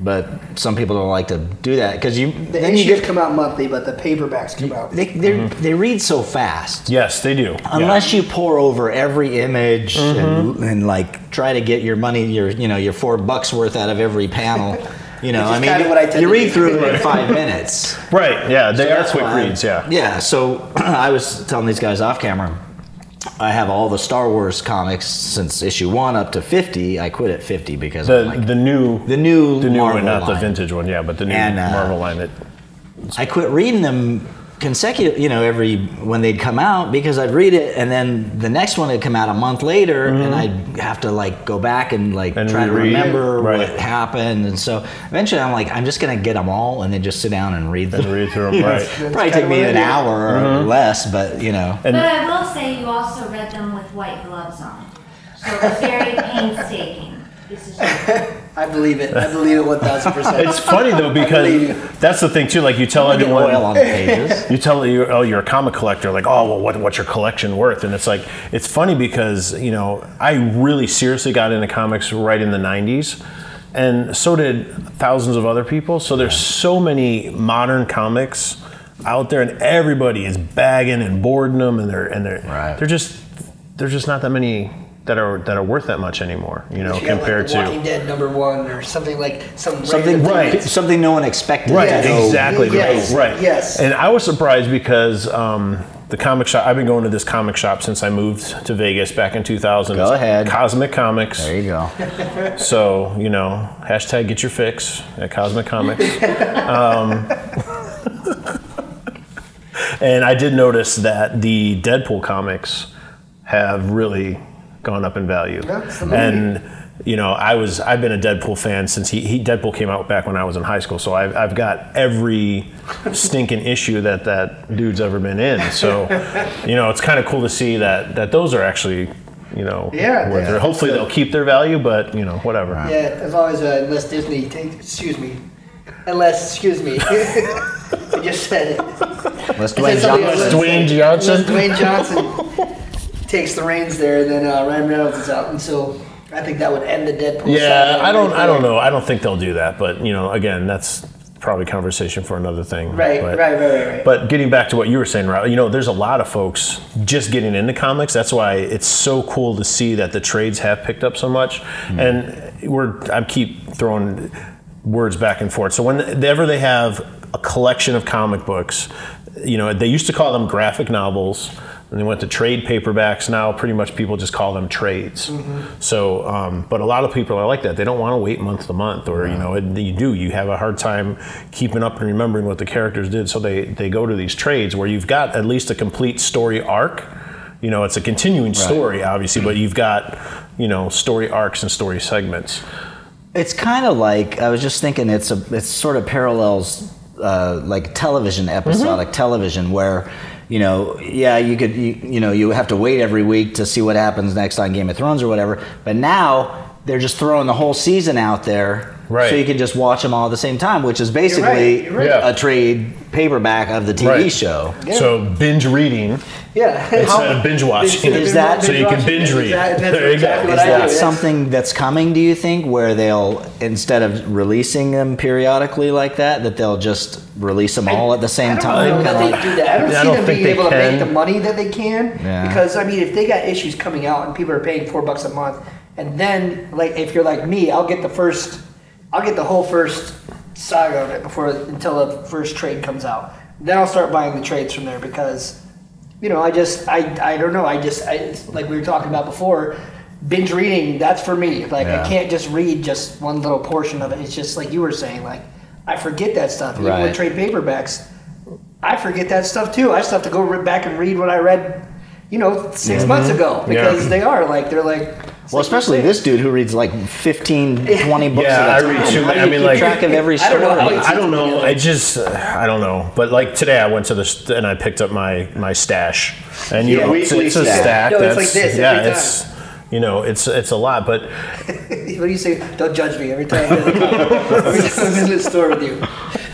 but some people don't like to do that because you
The
then you
issues
get
come out monthly, but the paperbacks come out.
they they
Mm-hmm.
they read so fast.
Yes, they do. Yeah. Mm-hmm.
Unless you pour over every image and, and like try to get your money, your you know your four bucks worth out of every panel, you know.
Which is
I mean,
kinda what I tend
you
to
read
do.
through
<laughs>
it in five minutes.
right, yeah, they are
That's
quick
why-
reads. Yeah,
Yeah. So <clears throat> I was telling these guys off camera. I have all the Star Wars comics since issue one up to fifty. I quit at fifty because
the
I'm like,
the new
the new
the new
Marvel
one, not the
line.
vintage one. Yeah, but the new
And, uh,
Marvel line. That,
I quit reading them consecutive, you know, every when they'd come out because I'd read it and then the next one would come out a month later and I'd have to like go back and like
Mm-hmm. And
try to
reread.
remember
Right.
what happened. And so eventually I'm like, I'm just going to get them all and then just sit down and read them. <laughs>
read through them, right? Mm-hmm.
That's kinda
Probably take me
what I
an
do.
hour or less, but you know.
But I will say you also read them with white gloves on. So it
<laughs>
was very painstaking. This is
I believe it. I believe it one thousand percent.
<laughs> It's funny though
<laughs>
because that's the thing too. Like you tell
Get
everyone,
oil on the
<laughs>
pages.
you tell you oh you're a comic collector like oh well what, what's your collection worth and it's like it's funny because you know i really seriously got into comics right in the 90s and so did thousands of other people so there's so many modern comics out there and everybody is bagging and boarding them and they're and they're
Right.
they're just there's just not that many that are that are worth that much anymore you know
You got, like,
compared
The Walking
to
Dead number one or something like some
Something,
random-
Right.
something no one expected.
Right,
to go-
exactly.
Yes,
Right, right.
yes.
And I was surprised because um, the comic shop, I've been going to this comic shop since I moved to Vegas back in 2000.
Go ahead.
Cosmic Comics.
There
<laughs>
you go.
So, you know, hashtag get your fix at Cosmic Comics. um, and I did notice that the Deadpool comics have really gone up in value.
Absolutely.
And you know, I was I've been a Deadpool fan since he, he Deadpool came out back when I was in high school. So I've, I've got every stinking issue that that dude's ever been in. So you know, it's kind of cool to see that that those are actually you know
Yeah,
worth
yeah.
it. Hopefully they'll keep their value, but you know whatever.
Yeah, as long as uh, unless Disney takes, excuse me, unless excuse me, <laughs> I just said it.
Let's
I said something
Dwayne Johnson.
unless-
Dwayne Johnson?
Unless Dwayne Johnson takes the reins there, then uh, Ryan Reynolds is out, and so I think that would end the Deadpool.
Yeah,
saga
I don't. I
right
don't
there.
know. I don't think they'll do that. But you know, again, that's probably conversation for another thing.
Right,
But,
right, right, right, right.
But getting back to what you were saying, Rob, you know, there's a lot of folks just getting into comics. That's why it's so cool to see that the trades have picked up so much. And we're I keep throwing words back and forth. So whenever they have a collection of comic books, you know, they used to call them graphic novels. And they went to trade paperbacks. Now, pretty much people just call them trades. So, um, but a lot of people are like that. They don't want to wait month to month, or you know, and you do. You have a hard time keeping up and remembering what the characters did. So they they go to these trades where you've got at least a complete story arc. You know, it's a continuing story, obviously, but you've got you know story arcs and story segments.
It's kind of like I was just thinking. It's a it's sort of parallels uh, like television episodic
Mm-hmm.
television where you know yeah you could you, you know you have to wait every week to see what happens next on Game of Thrones or whatever. But now they're just throwing the whole season out there.
Right.
So you can just watch them all at the same time, which is basically
you're right.
Yeah.
a trade paperback of the TV
Right.
show.
So binge reading
Yeah.
instead
<laughs>
of uh, binge watching.
Is that-
so you can binge read? There you go.
Exactly what
Is
Is
I do.
that
That's-
something that's coming? Do you think where they'll instead of releasing them periodically like that, that they'll just release them all at the
I
same
don't
time?
know that
Kinda
they
like-
do that. I don't
Yeah, I
see
don't
them being
think they
able to
can.
make the money that they can.
Yeah.
Because I mean, if they got issues coming out and people are paying four bucks a month, and then like if you're like me, I'll get the first, I'll get the whole first saga of it before until the first trade comes out. Then I'll start buying the trades from there because, you know, I just I I don't know. I just I it's like we were talking about before. Binge reading, that's for me. Like
Yeah.
I can't just read just one little portion of it. It's just like you were saying, like I forget that stuff. Even
Right.
with trade paperbacks, I forget that stuff too. I still have to go re- back and read what I read, you know, 6 months ago because
Mm-hmm. Yeah.
they are like they're like. it's
well,
like
especially
you're
this dude who reads like 15, 20 books.
Yeah,
at a
I read
time.
too
How
many.
do you
I mean,
keep
like-
track of every
I
story.
don't know how
I don't know. I just, I don't know. But like today, I went to the st- and I picked up my my stash, and you
Yeah,
know, it's,
weekly
it's a
stash.
stack.
No, it's
that's,
like this every
yeah,
time.
it's you know, it's it's a lot. But
saying, <laughs> What do you say? Don't judge me every time. <laughs> I'm in the- every time I'm in the store with you.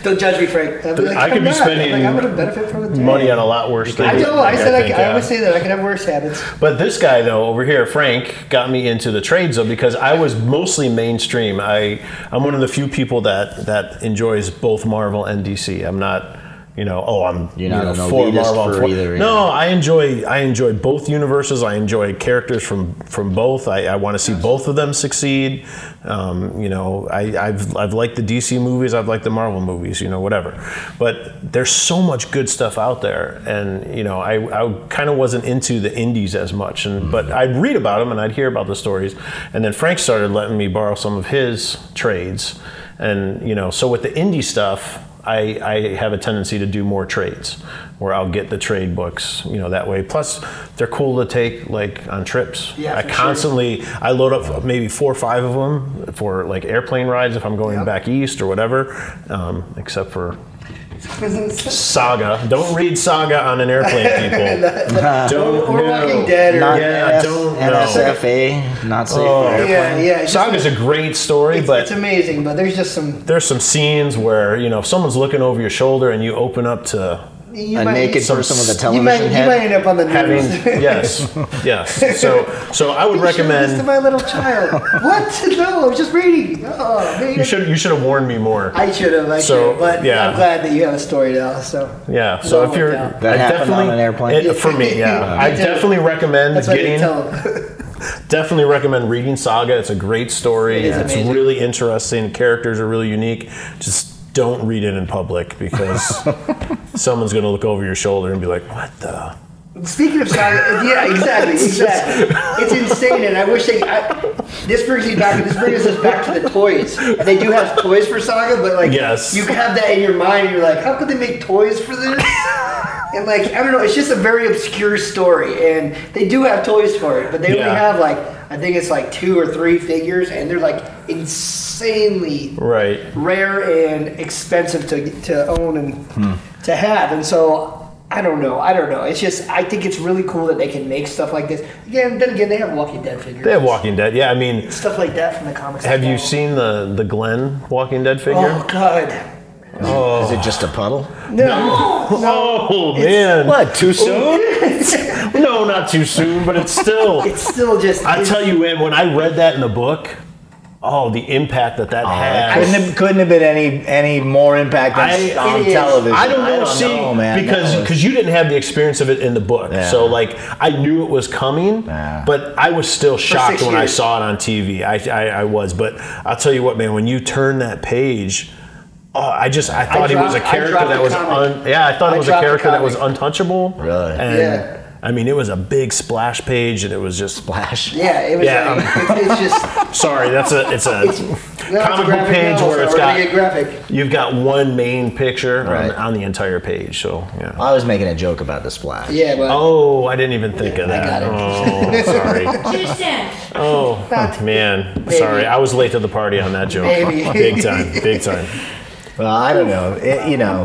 Don't judge me, Frank. I'm like,
I could
I'm
be
not.
spending
like, I'm gonna benefit from it.
money on a lot worse.
I
things,
don't know. I
like,
said I,
think,
could- I
yeah.
always say that I can have worse habits.
But this guy though over here, Frank, got me into the trades though because I was mostly mainstream. I I'm one of the few people that that enjoys both Marvel and DC. I'm not. You know, oh, I'm
You're not
you know,
an
for
elitist
Marvel. I'm
for
for-
either, yeah.
No, I enjoy I enjoy both universes. I enjoy characters from from both. I, I want to see both of them succeed. Um, you know, I, I've I've liked the DC movies. I've liked the Marvel movies. You know, whatever. But there's so much good stuff out there, and you know, I, I kind of wasn't into the indies as much. And but I'd read about them and I'd hear about the stories. And then Frank started letting me borrow some of his trades, and you know, so with the indie stuff. I, I have a tendency to do more trades where I'll get the trade books, you know, that way. Plus, they're cool to take like on trips.
Yeah,
I
for sure.
constantly I load up maybe four or five of them for like airplane rides if I'm going
Yep.
back east or whatever. Um, except for Saga. Don't read Saga on
<laughs>
an airplane, people. don't
Or
no.
Walking Dead or
Not
Yeah, I
NS,
don't know.
NSFA, not safe.
Oh.
for-
yeah, yeah. it's just-
Saga's a great story,
it's,
but
it's amazing, but there's just some
there's some scenes where you know if someone's looking over your shoulder and you open up to
you
A
might,
naked
some-
person with a
You
television
might, you might
head.
end up on the news. <laughs>
having <laughs> yes yes so so i would
You showed this to
recommend
my little child.
<laughs>
what? <laughs> No, I was just reading. Oh, man.
you should you should have warned me more
I should have. I
So,
should have. But
yeah.
I'm glad that you have a story now. So
yeah so
No,
if you're
no.
That
I
happened on
definitely-
an airplane?
it- for me
<laughs>
yeah i
Yeah.
definitely recommend
that's what you
getting
tell them.
definitely recommend reading Saga. It's a great story.
It is
it's
amazing.
really interesting. Characters are really unique. Just don't read it in public because
<laughs>
someone's going to look over your shoulder and be like, "What the?"
Speaking of saga, yeah, exactly, exactly. It's insane, and I wish they. I, this brings me back. This brings us back to the toys. They do have toys for Saga, but like,
Yes.
you have that in your mind. You're like, how could they make toys for this? And like, I don't know. It's just a very obscure story, and they do have toys for it, but they
Yeah.
only have like, I think it's like two or three figures, and they're like insanely
Right.
rare and expensive to to own and
Hmm.
to have. And so I don't know. I don't know. It's just I think it's really cool that they can make stuff like this. Again, then again, they have Walking Dead figures.
They have Walking Dead. Yeah, I mean,
stuff like that from the comics.
have you
Oh.
seen the the Glenn Walking Dead figure?
Oh God!
Is it just a puddle?
No.
Oh, man!
What? Too soon?
No, not too soon, but it's still.
It's still just.
I
it's-
tell you, man, when I read that in the book, oh, the impact that that had.
Couldn't have, couldn't have been any any more impact than
I-
on
it is.
television.
I don't know, see, because
That was-
because you didn't have the experience of it in the book.
Yeah.
So like I knew it was coming,
Yeah.
but I was still shocked
six
when I
years.
saw it on TV. I, I I was, but I'll tell you what, man, when you turn that page. Oh, I just I thought he was a
dropped- I
character
dropped
that
the
was
comic.
un, yeah I thought
I
it was a
dropped the
character that
comic.
was untouchable
Really?
and
Yeah.
I mean it was a big splash page and it was just
Flash.
Yeah, it was.
Yeah,
like- it's, it's just
<laughs> sorry that's a it's a
<laughs> it's, no, it's a
comic book
graphic
page
novel,
where
so
it's
we're
got
gonna get graphic.
you've got one main picture on,
Right.
on the entire page so yeah
I was making a joke about the splash.
Yeah, but
Oh, I didn't even think of
I
that.
got
Oh, sorry.
Too soon.
<laughs>
Oh, <laughs> man. Sorry. I was late to the party on that joke.
Maybe.
<laughs> Big time. Big time.
Well, I don't know. It, you know,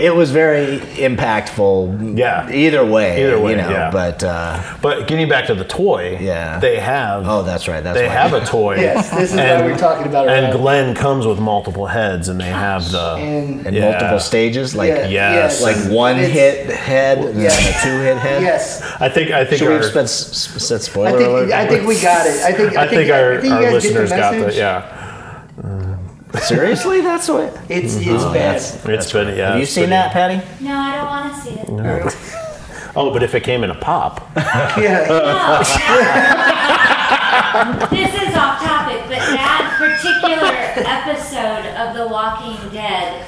it was very impactful.
Yeah.
Either way.
Either way,
You know,
yeah.
but uh,
But getting back to the toy,
Yeah.
they have
oh, that's right. That's
they
why.
have a toy.
<laughs> yes, this is
And-
what we're talking about. right
And
now.
Glenn comes with multiple heads and they have the
And-
in
Yeah.
multiple stages, like
yeah,
yes.
like one
It's-
hit head, and
Yeah.
then a two hit head.
Yes.
I think I think
Should we
our
have spent, s- s- said spoiler
I think,
alert?
I think we got it. I think
I think our,
I think you
our
guys get
listeners got the
message.
yeah.
<laughs> seriously. That's what.
It's it's
Mm-hmm.
bad.
It's been yeah.
Have you
it's
seen
been-
that, Patty?
No, I don't want to see it. No.
Oh, but if it came in a pop.
<laughs> Yeah.
<laughs>
this is off topic, but that particular episode of The Walking Dead,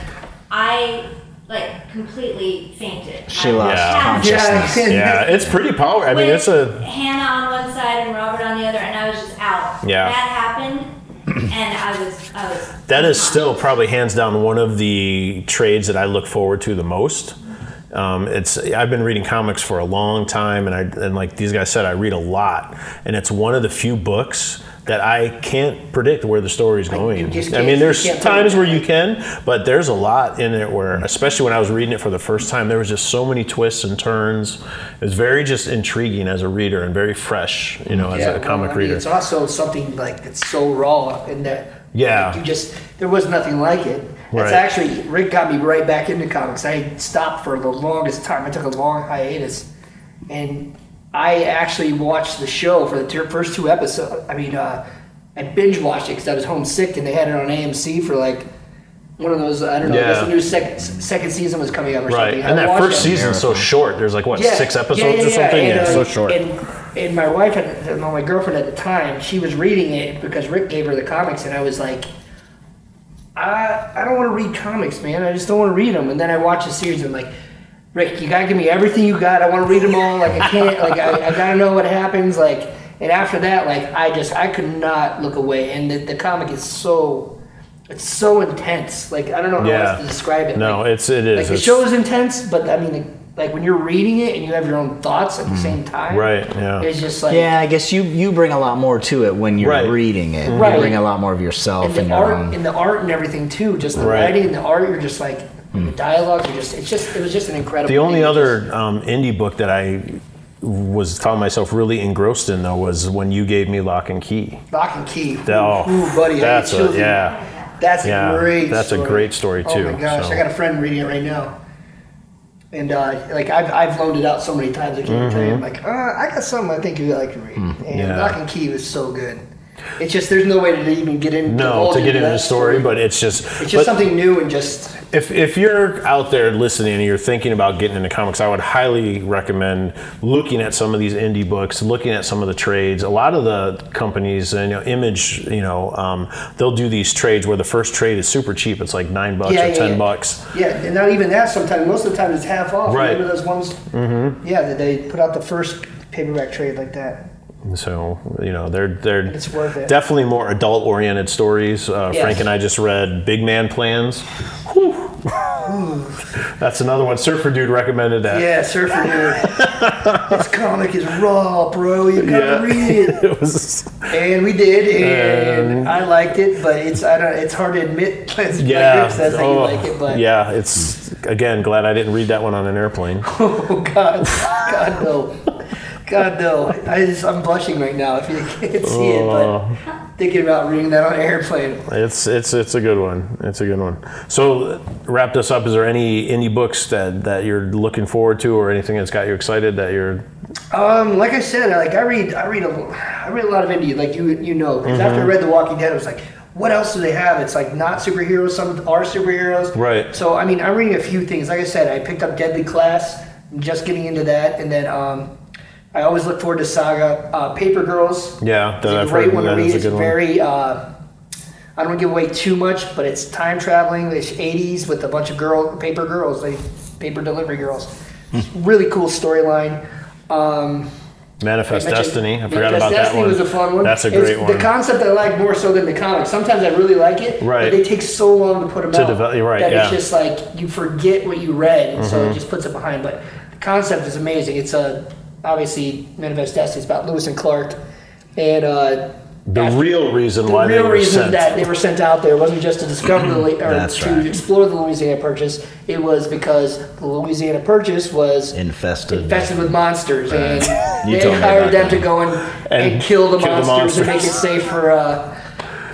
I like completely fainted.
She
I
lost
passed
consciousness.
<laughs> Yeah, it's pretty powerful. I mean,
with
it's a
Hannah on one side and Robert on the other, and I was just out.
Yeah.
That happened, and I was, I was.
<clears throat> That is still probably hands down one of the trades that I look forward to the most. Um, it's I've been reading comics for a long time, and I and like these guys said, I read a lot, and it's one of the few books that I can't predict where the story's going.
just
I
can't-
mean,
you
there's
can't
times
predict.
where you can, but there's a lot in it where, especially when I was reading it for the first time, there was just so many twists and turns. It was very just intriguing as a reader and very fresh, you know, as
Yeah,
a
well,
comic
I mean,
reader.
It's also something like that's so raw and that
Yeah.
like, you just there was nothing like it.
Right.
That's actually Rick got me right back into comics. I stopped for the longest time. I took a long hiatus, and I actually watched the show for the ter- first two episodes. I mean, uh, I binge watched it because I was homesick, and they had it on AMC for like. One of those, I don't know, I guess
Yeah.
the new sec- second season was coming up or
Right,
something.
and
I
that
watched
first
it.
season's so short. There's like what
Yeah.
six
Yeah,
episodes
yeah,
or something.
And, uh,
so short.
And, and my wife and, and my girlfriend at the time, she was reading it because Rick gave her the comics, and I was like, I, I don't want to read comics, man. I just don't want to read them. And then I watched the series, and I'm like, Rick, you gotta give me everything you got. I want to read them all. Like I can't. Like I, I gotta know what happens. Like and after that, like I just I could not look away. And the, the comic is so It's so intense. Like I don't know how
Yeah.
else to describe it.
No,
Like-
it's it
like
is.
the
It's-
show is intense, but I mean, like when you're reading it and you have your own thoughts at the same time,
Mm-hmm. Right, yeah.
It's just like
yeah, I guess you you bring a lot more to it when you're
Right.
reading it.
Right.
You bring a lot more of yourself
and
and
the
your
art
own.
and the art and everything too. Just the
Right. Mm.
writing and the art. You're just like the dialogue. You're just it's just it was just an incredible.
The only
thing.
other um, indie book that I was found myself really engrossed in though was when you gave me Lock and Key.
Just lock and key.
Oh,
Ooh, buddy,
that's
I get chills.
a, yeah.
That's
Yeah,
a great.
that's a
story.
great story,
Oh
too,
my gosh,
so.
I got a friend reading it right now, and uh, like I've, I've loaned it out so many times I can't tell you. I'm like, uh, I got something I think you'd like to read. And
Mm-hmm. Mm, Yeah.
Lock and Key was so good. It's just there's no way to even get into
No,
all
to get into
that
the story, but it's just
it's just
but-
something new and just
If, if you're out there listening and you're thinking about getting into comics, I would highly recommend looking at some of these indie books, looking at some of the trades. A lot of the companies, and you know, Image, you know, um, they'll do these trades where the first trade is super cheap. It's like nine bucks
Yeah,
or
yeah,
ten
yeah.
bucks.
yeah, and not even that. Sometimes most of the time it's half off.
Right.
Remember those ones? Mm-hmm. Yeah, that they put out the first paperback trade like that.
And So you know, they're they're
It's worth it.
definitely more adult oriented stories. Uh,
Yes.
Frank and I just read Big Man Plans. Whew. That's another one. Surfer Dude recommended that.
Yeah, surfer dude.
<laughs>
this comic is raw, bro. You gotta
Yeah.
read it.
<laughs> it was.
And we did,
Um,
and I liked it, but it's I don't. It's hard to admit. <laughs> As a
Yeah.
player, says that you
Oh,
like it, but
yeah, it's again glad I didn't read that one on an airplane.
<laughs> oh god, god no, god no. I just I'm blushing right now if you can't see it,
Oh.
but thinking about reading that on an airplane.
It's it's it's a good one. It's a good one. So wrap this up. Is there any indie books that that you're looking forward to, or anything that's got you excited that you're?
Um, like I said, like I read, I read a, I read a lot of indie. Like you, you know, 'cause
Mm-hmm.
after I read The Walking Dead, I was like, what else do they have? It's like not superheroes. Some are superheroes.
Right.
So I mean, I'm reading a few things. Like I said, I picked up Deadly Class. I'm just getting into that, and then um, I always look forward to Saga. Uh, Paper Girls.
Yeah,
It's
that
a
I've
great
heard
one to
that
read.
is a
It's
good one.
very. Uh, I don't want to give away too much, but it's time traveling. It's 80s with a bunch of girl paper girls, like paper delivery girls.
Hmm.
really cool storyline. Um,
Manifest
mentioned-
Destiny. I forgot
Manifest
about that
Destiny
one.
was a fun one.
That's a
It's
great one.
The concept I like more so than the comics. Sometimes I really like it,
Right.
but they take so long to put them
To
out
develop- you're right,
that it's
yeah. Mm-hmm.
just like you forget what you read, and so it just puts it behind. But the concept is amazing. It's a obviously Manifest Destiny. It's about Lewis and Clark, and uh,
the
after-
real reason
the
why
real
they were
reason
sent.
that they were sent out there wasn't just to discover
<clears throat>
the Lu- or
That's
to
right.
explore the Louisiana Purchase. It was because the Louisiana Purchase was
Infested.
infested with monsters, and
<laughs> You
they
told me
hired
about
them
that.
to go and, and,
And
kill, the,
kill the
monsters and make it
monsters.
safe for uh,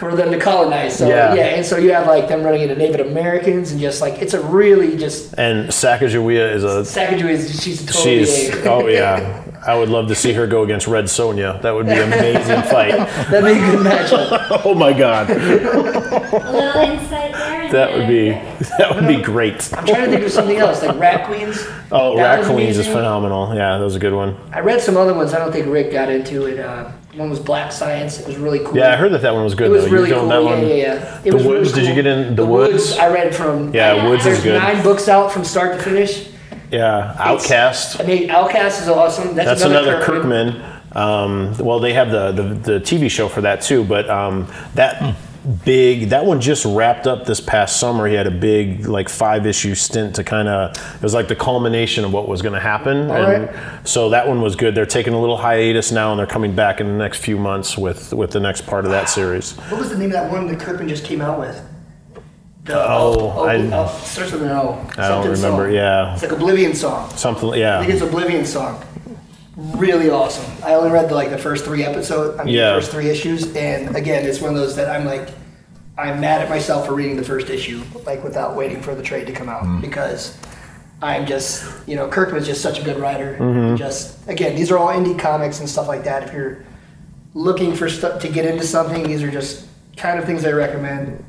for them to colonize. So
Yeah.
yeah. and so you have like them running into Native Americans and just like it's a really just
and Sacagawea is a
Sacagawea is she's a total
She's
yay.
oh yeah. I would love to see her go against Red Sonia. That
<laughs>
would be an amazing fight.
That'd be a good matchup.
Oh my god.
A little insight there. and
That would be <laughs>
then-
that would be great.
I'm trying to think of something else like Rat Queens.
Oh,
That
Rat
was
Queens is
amazing.
phenomenal. Yeah, that was a good one.
I read some other ones. I don't think Rick got into it. Uh, one was Black Science. It was really cool.
Yeah, I heard that that one was good
It was
though.
really
you
cool.
found that
yeah,
one.
yeah, yeah. It
The
was really
Woods, did you
cool.
get in The Woods?
I read from.
Yeah, Woods
There's
is good.
nine books out from start to finish.
Yeah, Outcast.
I mean, Outcast is awesome. That's,
That's
another,
another
Kirkman.
Kirkman. Um, well, they have the, the the TV show for that too, but um, that big that one just wrapped up this past summer. He had a big like five issue stint to kind of it was like the culmination of what was going to happen, and so that one was good. They're taking a little hiatus now, and they're coming back in the next few months with with the next part of that series.
What was the name of that one that Kirkman just came out with? The,
Oh,
oh,
I-
oh, starts with an O.
I don't
Something
remember.
Song.
Yeah,
It's like Oblivion song.
something.
I think
Yeah,
it's Oblivion song. Really awesome. I only read like the first three episodes. I mean,
Yeah.
the first three issues, and again, it's one of those that I'm like, I'm mad at myself for reading the first issue like without waiting for the trade to come out because I'm just you know Kirkman's just such a good writer. Just again, these are all indie comics and stuff like that. If you're looking for stuff to get into something, these are just kind of things I recommend.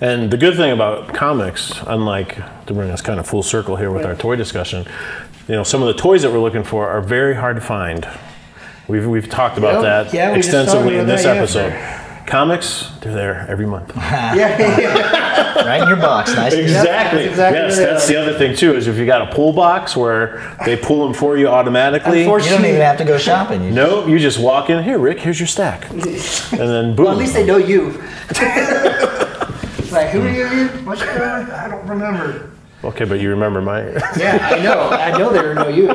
and the good thing about comics, unlike to bring us kind of full circle here with our toy discussion, you know, some of the toys that we're looking for are very hard to find. We've we've talked about
Yeah,
that
yeah, we just
extensively
talked
in
about
this
that, yeah.
episode. Comics, they're there every
<laughs>
month.
yeah, <laughs>
right in your box. Nice.
Exactly.
that's exactly
yes,
right.
that's the other thing too is if you got a pull box where they pull them for you automatically.
You don't even have to go shopping. You
No, you just walk in. Here, Rick. Here's your stack, and then boom.
well, at least they know you. like, who are you again? What's your name? I don't remember.
Okay, but you remember <laughs> mine.
Yeah, I know. I know there are no you.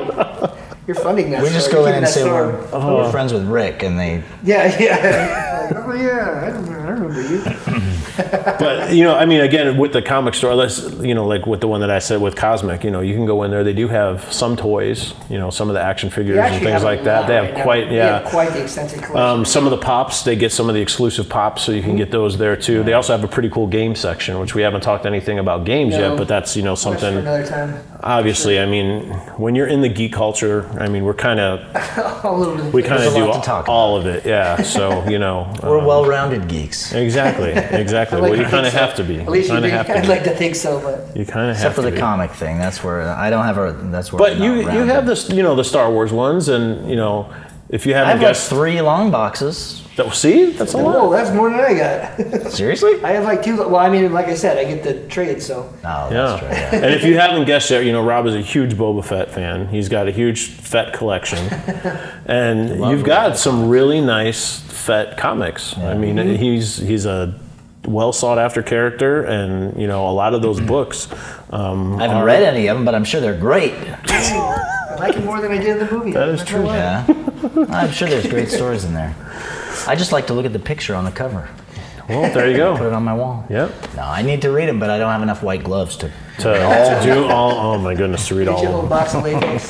You're funding that.
We just go
there
in and say we're,
Oh.
we're friends with Rick, and they
Yeah, yeah. Like, oh yeah, I remember, I remember you.
but you know, I mean, again, with the comic store, let's you know, like with the one that I said with Cosmic, you know, you can go in there. They do have some toys, you know, some of the action figures
You
and
actually have
things
a
like that.
lot
They have
right now.
quite,
They
yeah.
have quite the extensive collection.
um, some of the pops, they get some of the exclusive pops, so you
Mm-hmm.
can get those there too. They also have a pretty cool game section, which we haven't talked anything about games
No.
yet, but that's you know
That's for
something.
another time.
Obviously, I mean, when you're in the geek culture, I mean, we're kind of
A little bit.
we kind
There's
of do
a lot to
all,
talk
all of it, yeah. So
<laughs>
you know,
we're
um,
well-rounded geeks,
exactly, exactly.
I'd like
well, you
to
kind of
think so.
have to be.
At least
you
you
kind
do.
of have to.
<laughs> I'd
be.
like to think so, but
You kind of have
except for
to
the
be.
comic thing. That's where I don't have a. That's where.
But
I'm not
you you
rounded.
have this, you know, the Star Wars ones, and you know, if you
I
haven't
have like
guessed,
three long boxes.
that, see, that's a lot.
whoa, that's more than I got.
Seriously? No,
I have like two. Well, I mean, like I said, I get the trade, so
Oh, that's
Yeah.
true. Yeah.
and if you haven't guessed yet, you know, Rob is a huge Boba Fett fan. He's got a huge Fett
<laughs>
collection. And you've got some really nice Fett comics. I mean,
Mm-hmm.
he's he's a well sought after character, and you know, a lot of
Mm-hmm.
those books. Um,
I haven't
are-
read any of them, but I'm sure they're great.
I like it more than I did in the movie.
That is true.
Yeah, I'm sure there's great stories in there. I just like to look at the picture on the cover,
Well, there you
put <laughs>
go.
it on my wall.
Yep.
No, I need to read them, but I don't have enough white gloves to.
To, to do all. Oh my goodness, to read all
Get
of
your little
them.
box of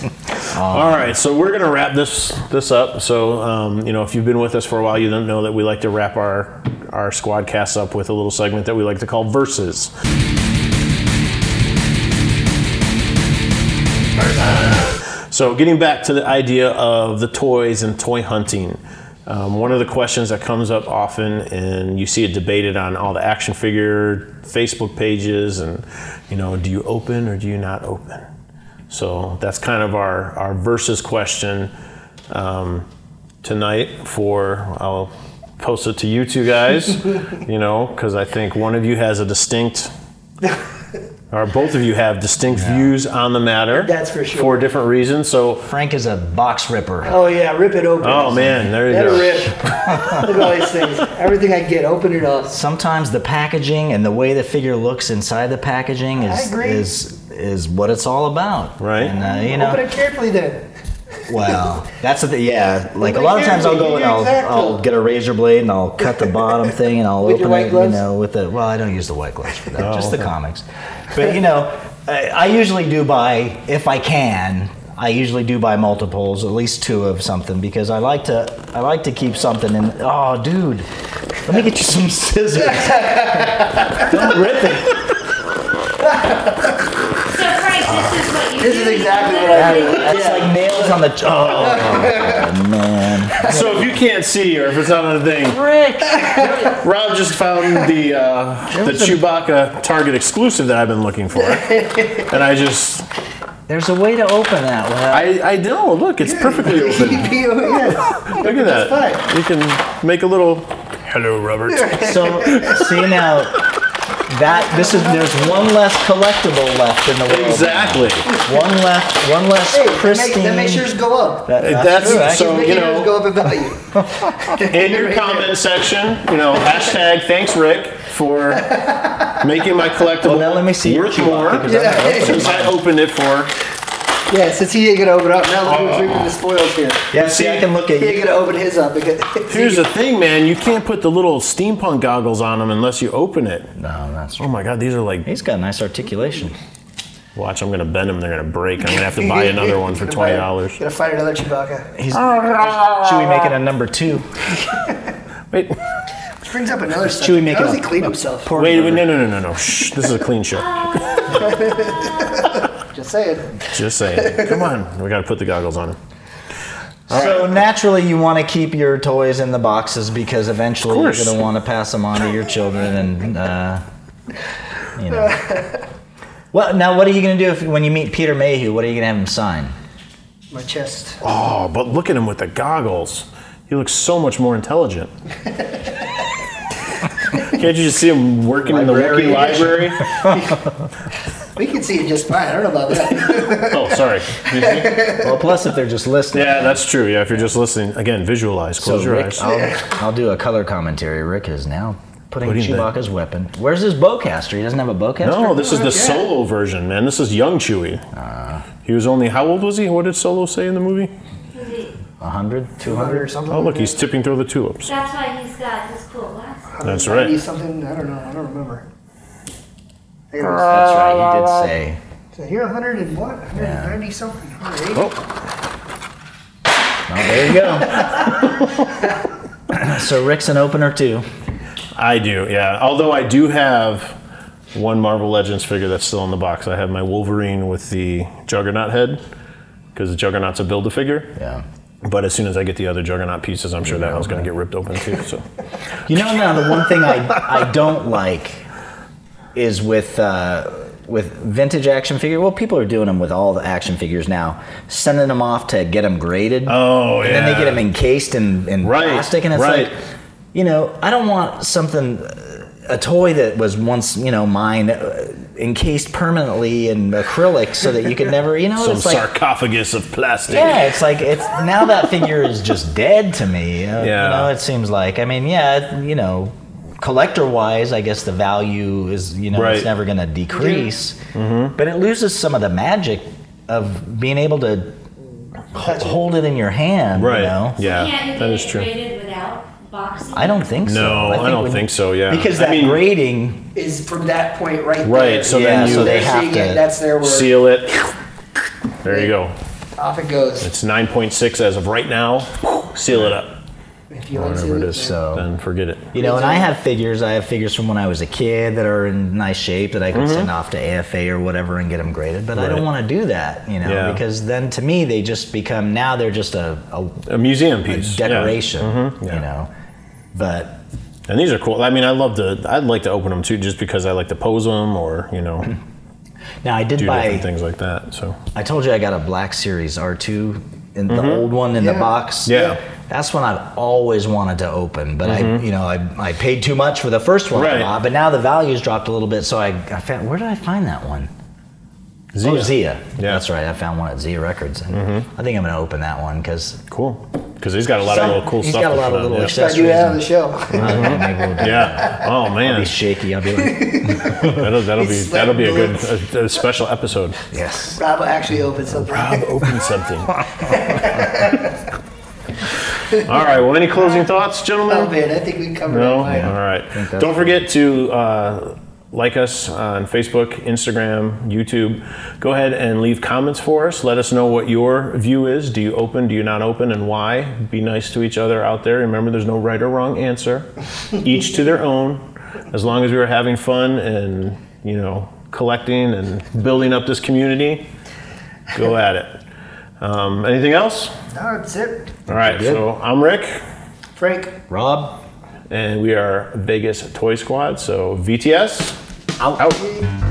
latex.
<laughs>
<laughs>
All right, so we're gonna wrap this this up. So um, you know, if you've been with us for a while, you don't know that we like to wrap our our squad casts up with a little segment that we like to call verses. So getting back to the idea of the toys and toy hunting. Um, one of the questions that comes up often, and you see it debated on all the action figure Facebook pages, and you know, do you open or do you not open? So that's kind of our, our versus question um, tonight for, I'll post it to you
<laughs>
two guys, you know, because I think one of you has a distinct, or both of you have distinct views on the matter.
That's for sure.
For different reasons. So,
Frank is a box ripper.
Oh yeah, rip it open.
oh man, there you
Let it
go. <laughs>
rip. Look at all these things. Everything I get, open it up.
Sometimes the packaging and the way the figure looks inside the packaging is
agree.
is is what it's all about.
Right.
And uh, you
Open
know,
it carefully then. <laughs>
well, that's the thing. Yeah, like a lot of
Like,
times I'll go and I'll,
exactly.
I'll get a razor blade and I'll cut the
<laughs>
bottom thing and I'll
With your
open
white
it,
gloves?
you know, with the well, I don't use the white gloves for that, just the comics. But you know, I, I usually do buy if I can. I usually do buy multiples, at least two of something, because I like to I like to keep something in. Oh, dude, let me get you some scissors. don't rip it.
So Frank, this is what you
This
do.
is
You
exactly what
literally
I do.
That's like nails on the. ch- Oh, man.
So if you can't see or if it's not on the thing,
Rick!
<laughs> Rob just found the uh, the Chewbacca Target exclusive that I've been
<laughs>
looking for, and I just
There's a way to open that without.
I I know. Look, it's perfectly open.
E
Look at that.
fine.
You can make a little hello, Robert.
So, see now, that, this is, there's one less collectible left in the world.
exactly.
One left, one less
Hey, that make-
pristine.
that makes yours go up.
That-
That's-
true, actually.
so-
Making
you know-
yours go up in value.
In your
Right there.
comment section, you know, hashtag thanks Rick for making my collectible
Well, now let me see your
worth
Chewbacca,
more.
'cause
I'm not opening
<laughs> Since I opened it for
Yeah, since he ain't gonna open up, now
Oh.
look who's reaping the spoils here.
Yeah, see, I can look at
He ain't
you.
gonna open his up. Because <laughs>
Here's the thing, man. You can't put the little steampunk goggles on them unless you open it.
No, that's
Oh
true.
my God, these are like.
He's got nice articulation.
Watch, I'm gonna bend them. They're gonna break. I'm gonna have to buy
<laughs>
another one for twenty dollars.
Gonna find another Chewbacca.
He's Chewy making a number two.
Wait,
Which brings up another.
Chewie
Subject.
making
How does
a-
he clean himself?
Poor
wait, wait,
bird.
no, no, no, no, no. Shh, this is a clean show.
Just saying.
Just saying. Come on, we gotta put the goggles on him.
So naturally, you want to keep your toys in the boxes because
Of
eventually you're
course.
going to want to pass them on to your children, and uh,
<laughs>
you know. Well, now what are you going to do if when you meet Peter Mayhew? What are you going to have him sign?
My chest.
Oh, but look at him with the goggles. He looks so much more intelligent. <laughs> Can't you just see him working
Library
in the Wiki library? <laughs>
We can see it just fine. I don't know about that.
oh, sorry.
Well, plus if they're just listening.
Yeah, that's true. Yeah, if you're just listening, again, visualize. Close
So
your
Rick,
eyes.
I'll, I'll do a color commentary. Rick is now putting,
Putting the-
Chewbacca's weapon. Where's his bowcaster? He doesn't have a bowcaster.
No, this is the
Okay.
solo version, man. This is young Chewie. he was only how old was he? What did Solo say in the movie?
100, 200.
Or something.
<laughs> Oh, look, he's tipping through the tulips.
That's why he's got his cool glasses.
That's right.
Something I don't know. I don't remember. I think it was-
That's right. He did say.
So here, 100 and what? 190 something. 180?
Oh,
Oh, there you
<laughs>
go. <clears throat> so Rick's an opener too.
I do. Yeah. Although I do have one Marvel Legends figure that's still in the box. I have my Wolverine with the Juggernaut head because the Juggernaut's a build a figure.
Yeah.
But as soon as I get the other Juggernaut pieces, I'm sure that one's going to get ripped open too.
<laughs>
So
You know now the one thing I I don't like is with uh, with vintage action figure. Well, people are doing them with all the action figures now, sending them off to get them graded.
Oh,
And then they
yeah.
get them encased in, in
Right,
plastic, and it's
right.
like, you know, I don't want something. A toy that was once, you know, mine, uh, encased permanently in acrylic, so that you could never, you know,
some
it's like
sarcophagus of plastic.
Yeah, it's like it's now that figure is just dead to me. Uh,
Yeah.
you know, it seems like. I mean, yeah, it- you know, collector wise, I guess the value is you know
Right. Mm-hmm.
it's never going to decrease, but it loses some of the magic of being able to h- hold it in your hand.
Right.
You know?
Yeah.
Can't
That
you
is
get it
true.
graded without boxing?
I don't think so.
No, I don't
when-
think so, yeah.
because
I
that
mean-
grading,
Is from that point right there.
Right, so
yeah.
then you
so they have
Seeing it,
to.
that's their word.
seal it. There you go.
Off it goes.
It's 9.6 as of right now. Seal it up.
If you
Whatever it is.
So-
Then forget it.
You know, and I have figures. I have figures from when I was a kid that are in nice shape that I could send off to AFA or whatever and get them graded. But I
Mm-hmm. Right.
don't want to do that, you know,
Yeah.
because then to me they just become now they're just a, a
A museum piece. yeah. Mm-hmm.
decoration,
yeah.
you know. But
And these are cool. I mean, I love to, I'd like to open them too just because I like to pose them or, you
<clears throat>
know,
now I did
do different
buy.
things like that. So,
I told you I got a Black Series R2 in the old one in the
Yeah.
box.
Yeah. Mm-hmm.
That's one I've always wanted to open, but I, you know, I, I paid too much for the first one, I
Right.
bought, but now the value's dropped a little bit. So I, I found, where did I find that one?
Zia.
Oh, Zia.
Yeah. Mm-hmm.
That's right. I found one at Zia Records. And I think I'm going to open that one
<laughs>
because
Cool. Because he's got a lot of
Some-
little cool
he's
stuff.
got a
to
lot
put
of
on,
little
yeah.
accessories.
you out of the show.
maybe we'll do
yeah. Oh
I'll <laughs>
man,
be shaky. I'll be like,
that'll, that'll be
He's
that'll be a good
like-
a, a special episode.
yes.
<laughs> Rob actually opened something.
Rob opened
<laughs>
something. All right. Well, any closing thoughts,
Um,
Oh,
gentlemen?
man, I think we covered
No.
it. Mike.
All right.
that's-
Don't forget to uh, like us on Facebook, Instagram, YouTube. Go ahead and leave comments for us. Let us know what your view is. Do you open? Do you not open? And why? Be nice to each other out there. Remember, there's no right or wrong
<laughs>
answer. Each to their own. As long as we are having fun and you know collecting and building up this community, go at it. Um, anything else?
No, that's it.
All right.
Good.
So I'm Rick.
Frank.
Rob,
and we are Vegas Toy Squad. So VTS
out.
out.
we-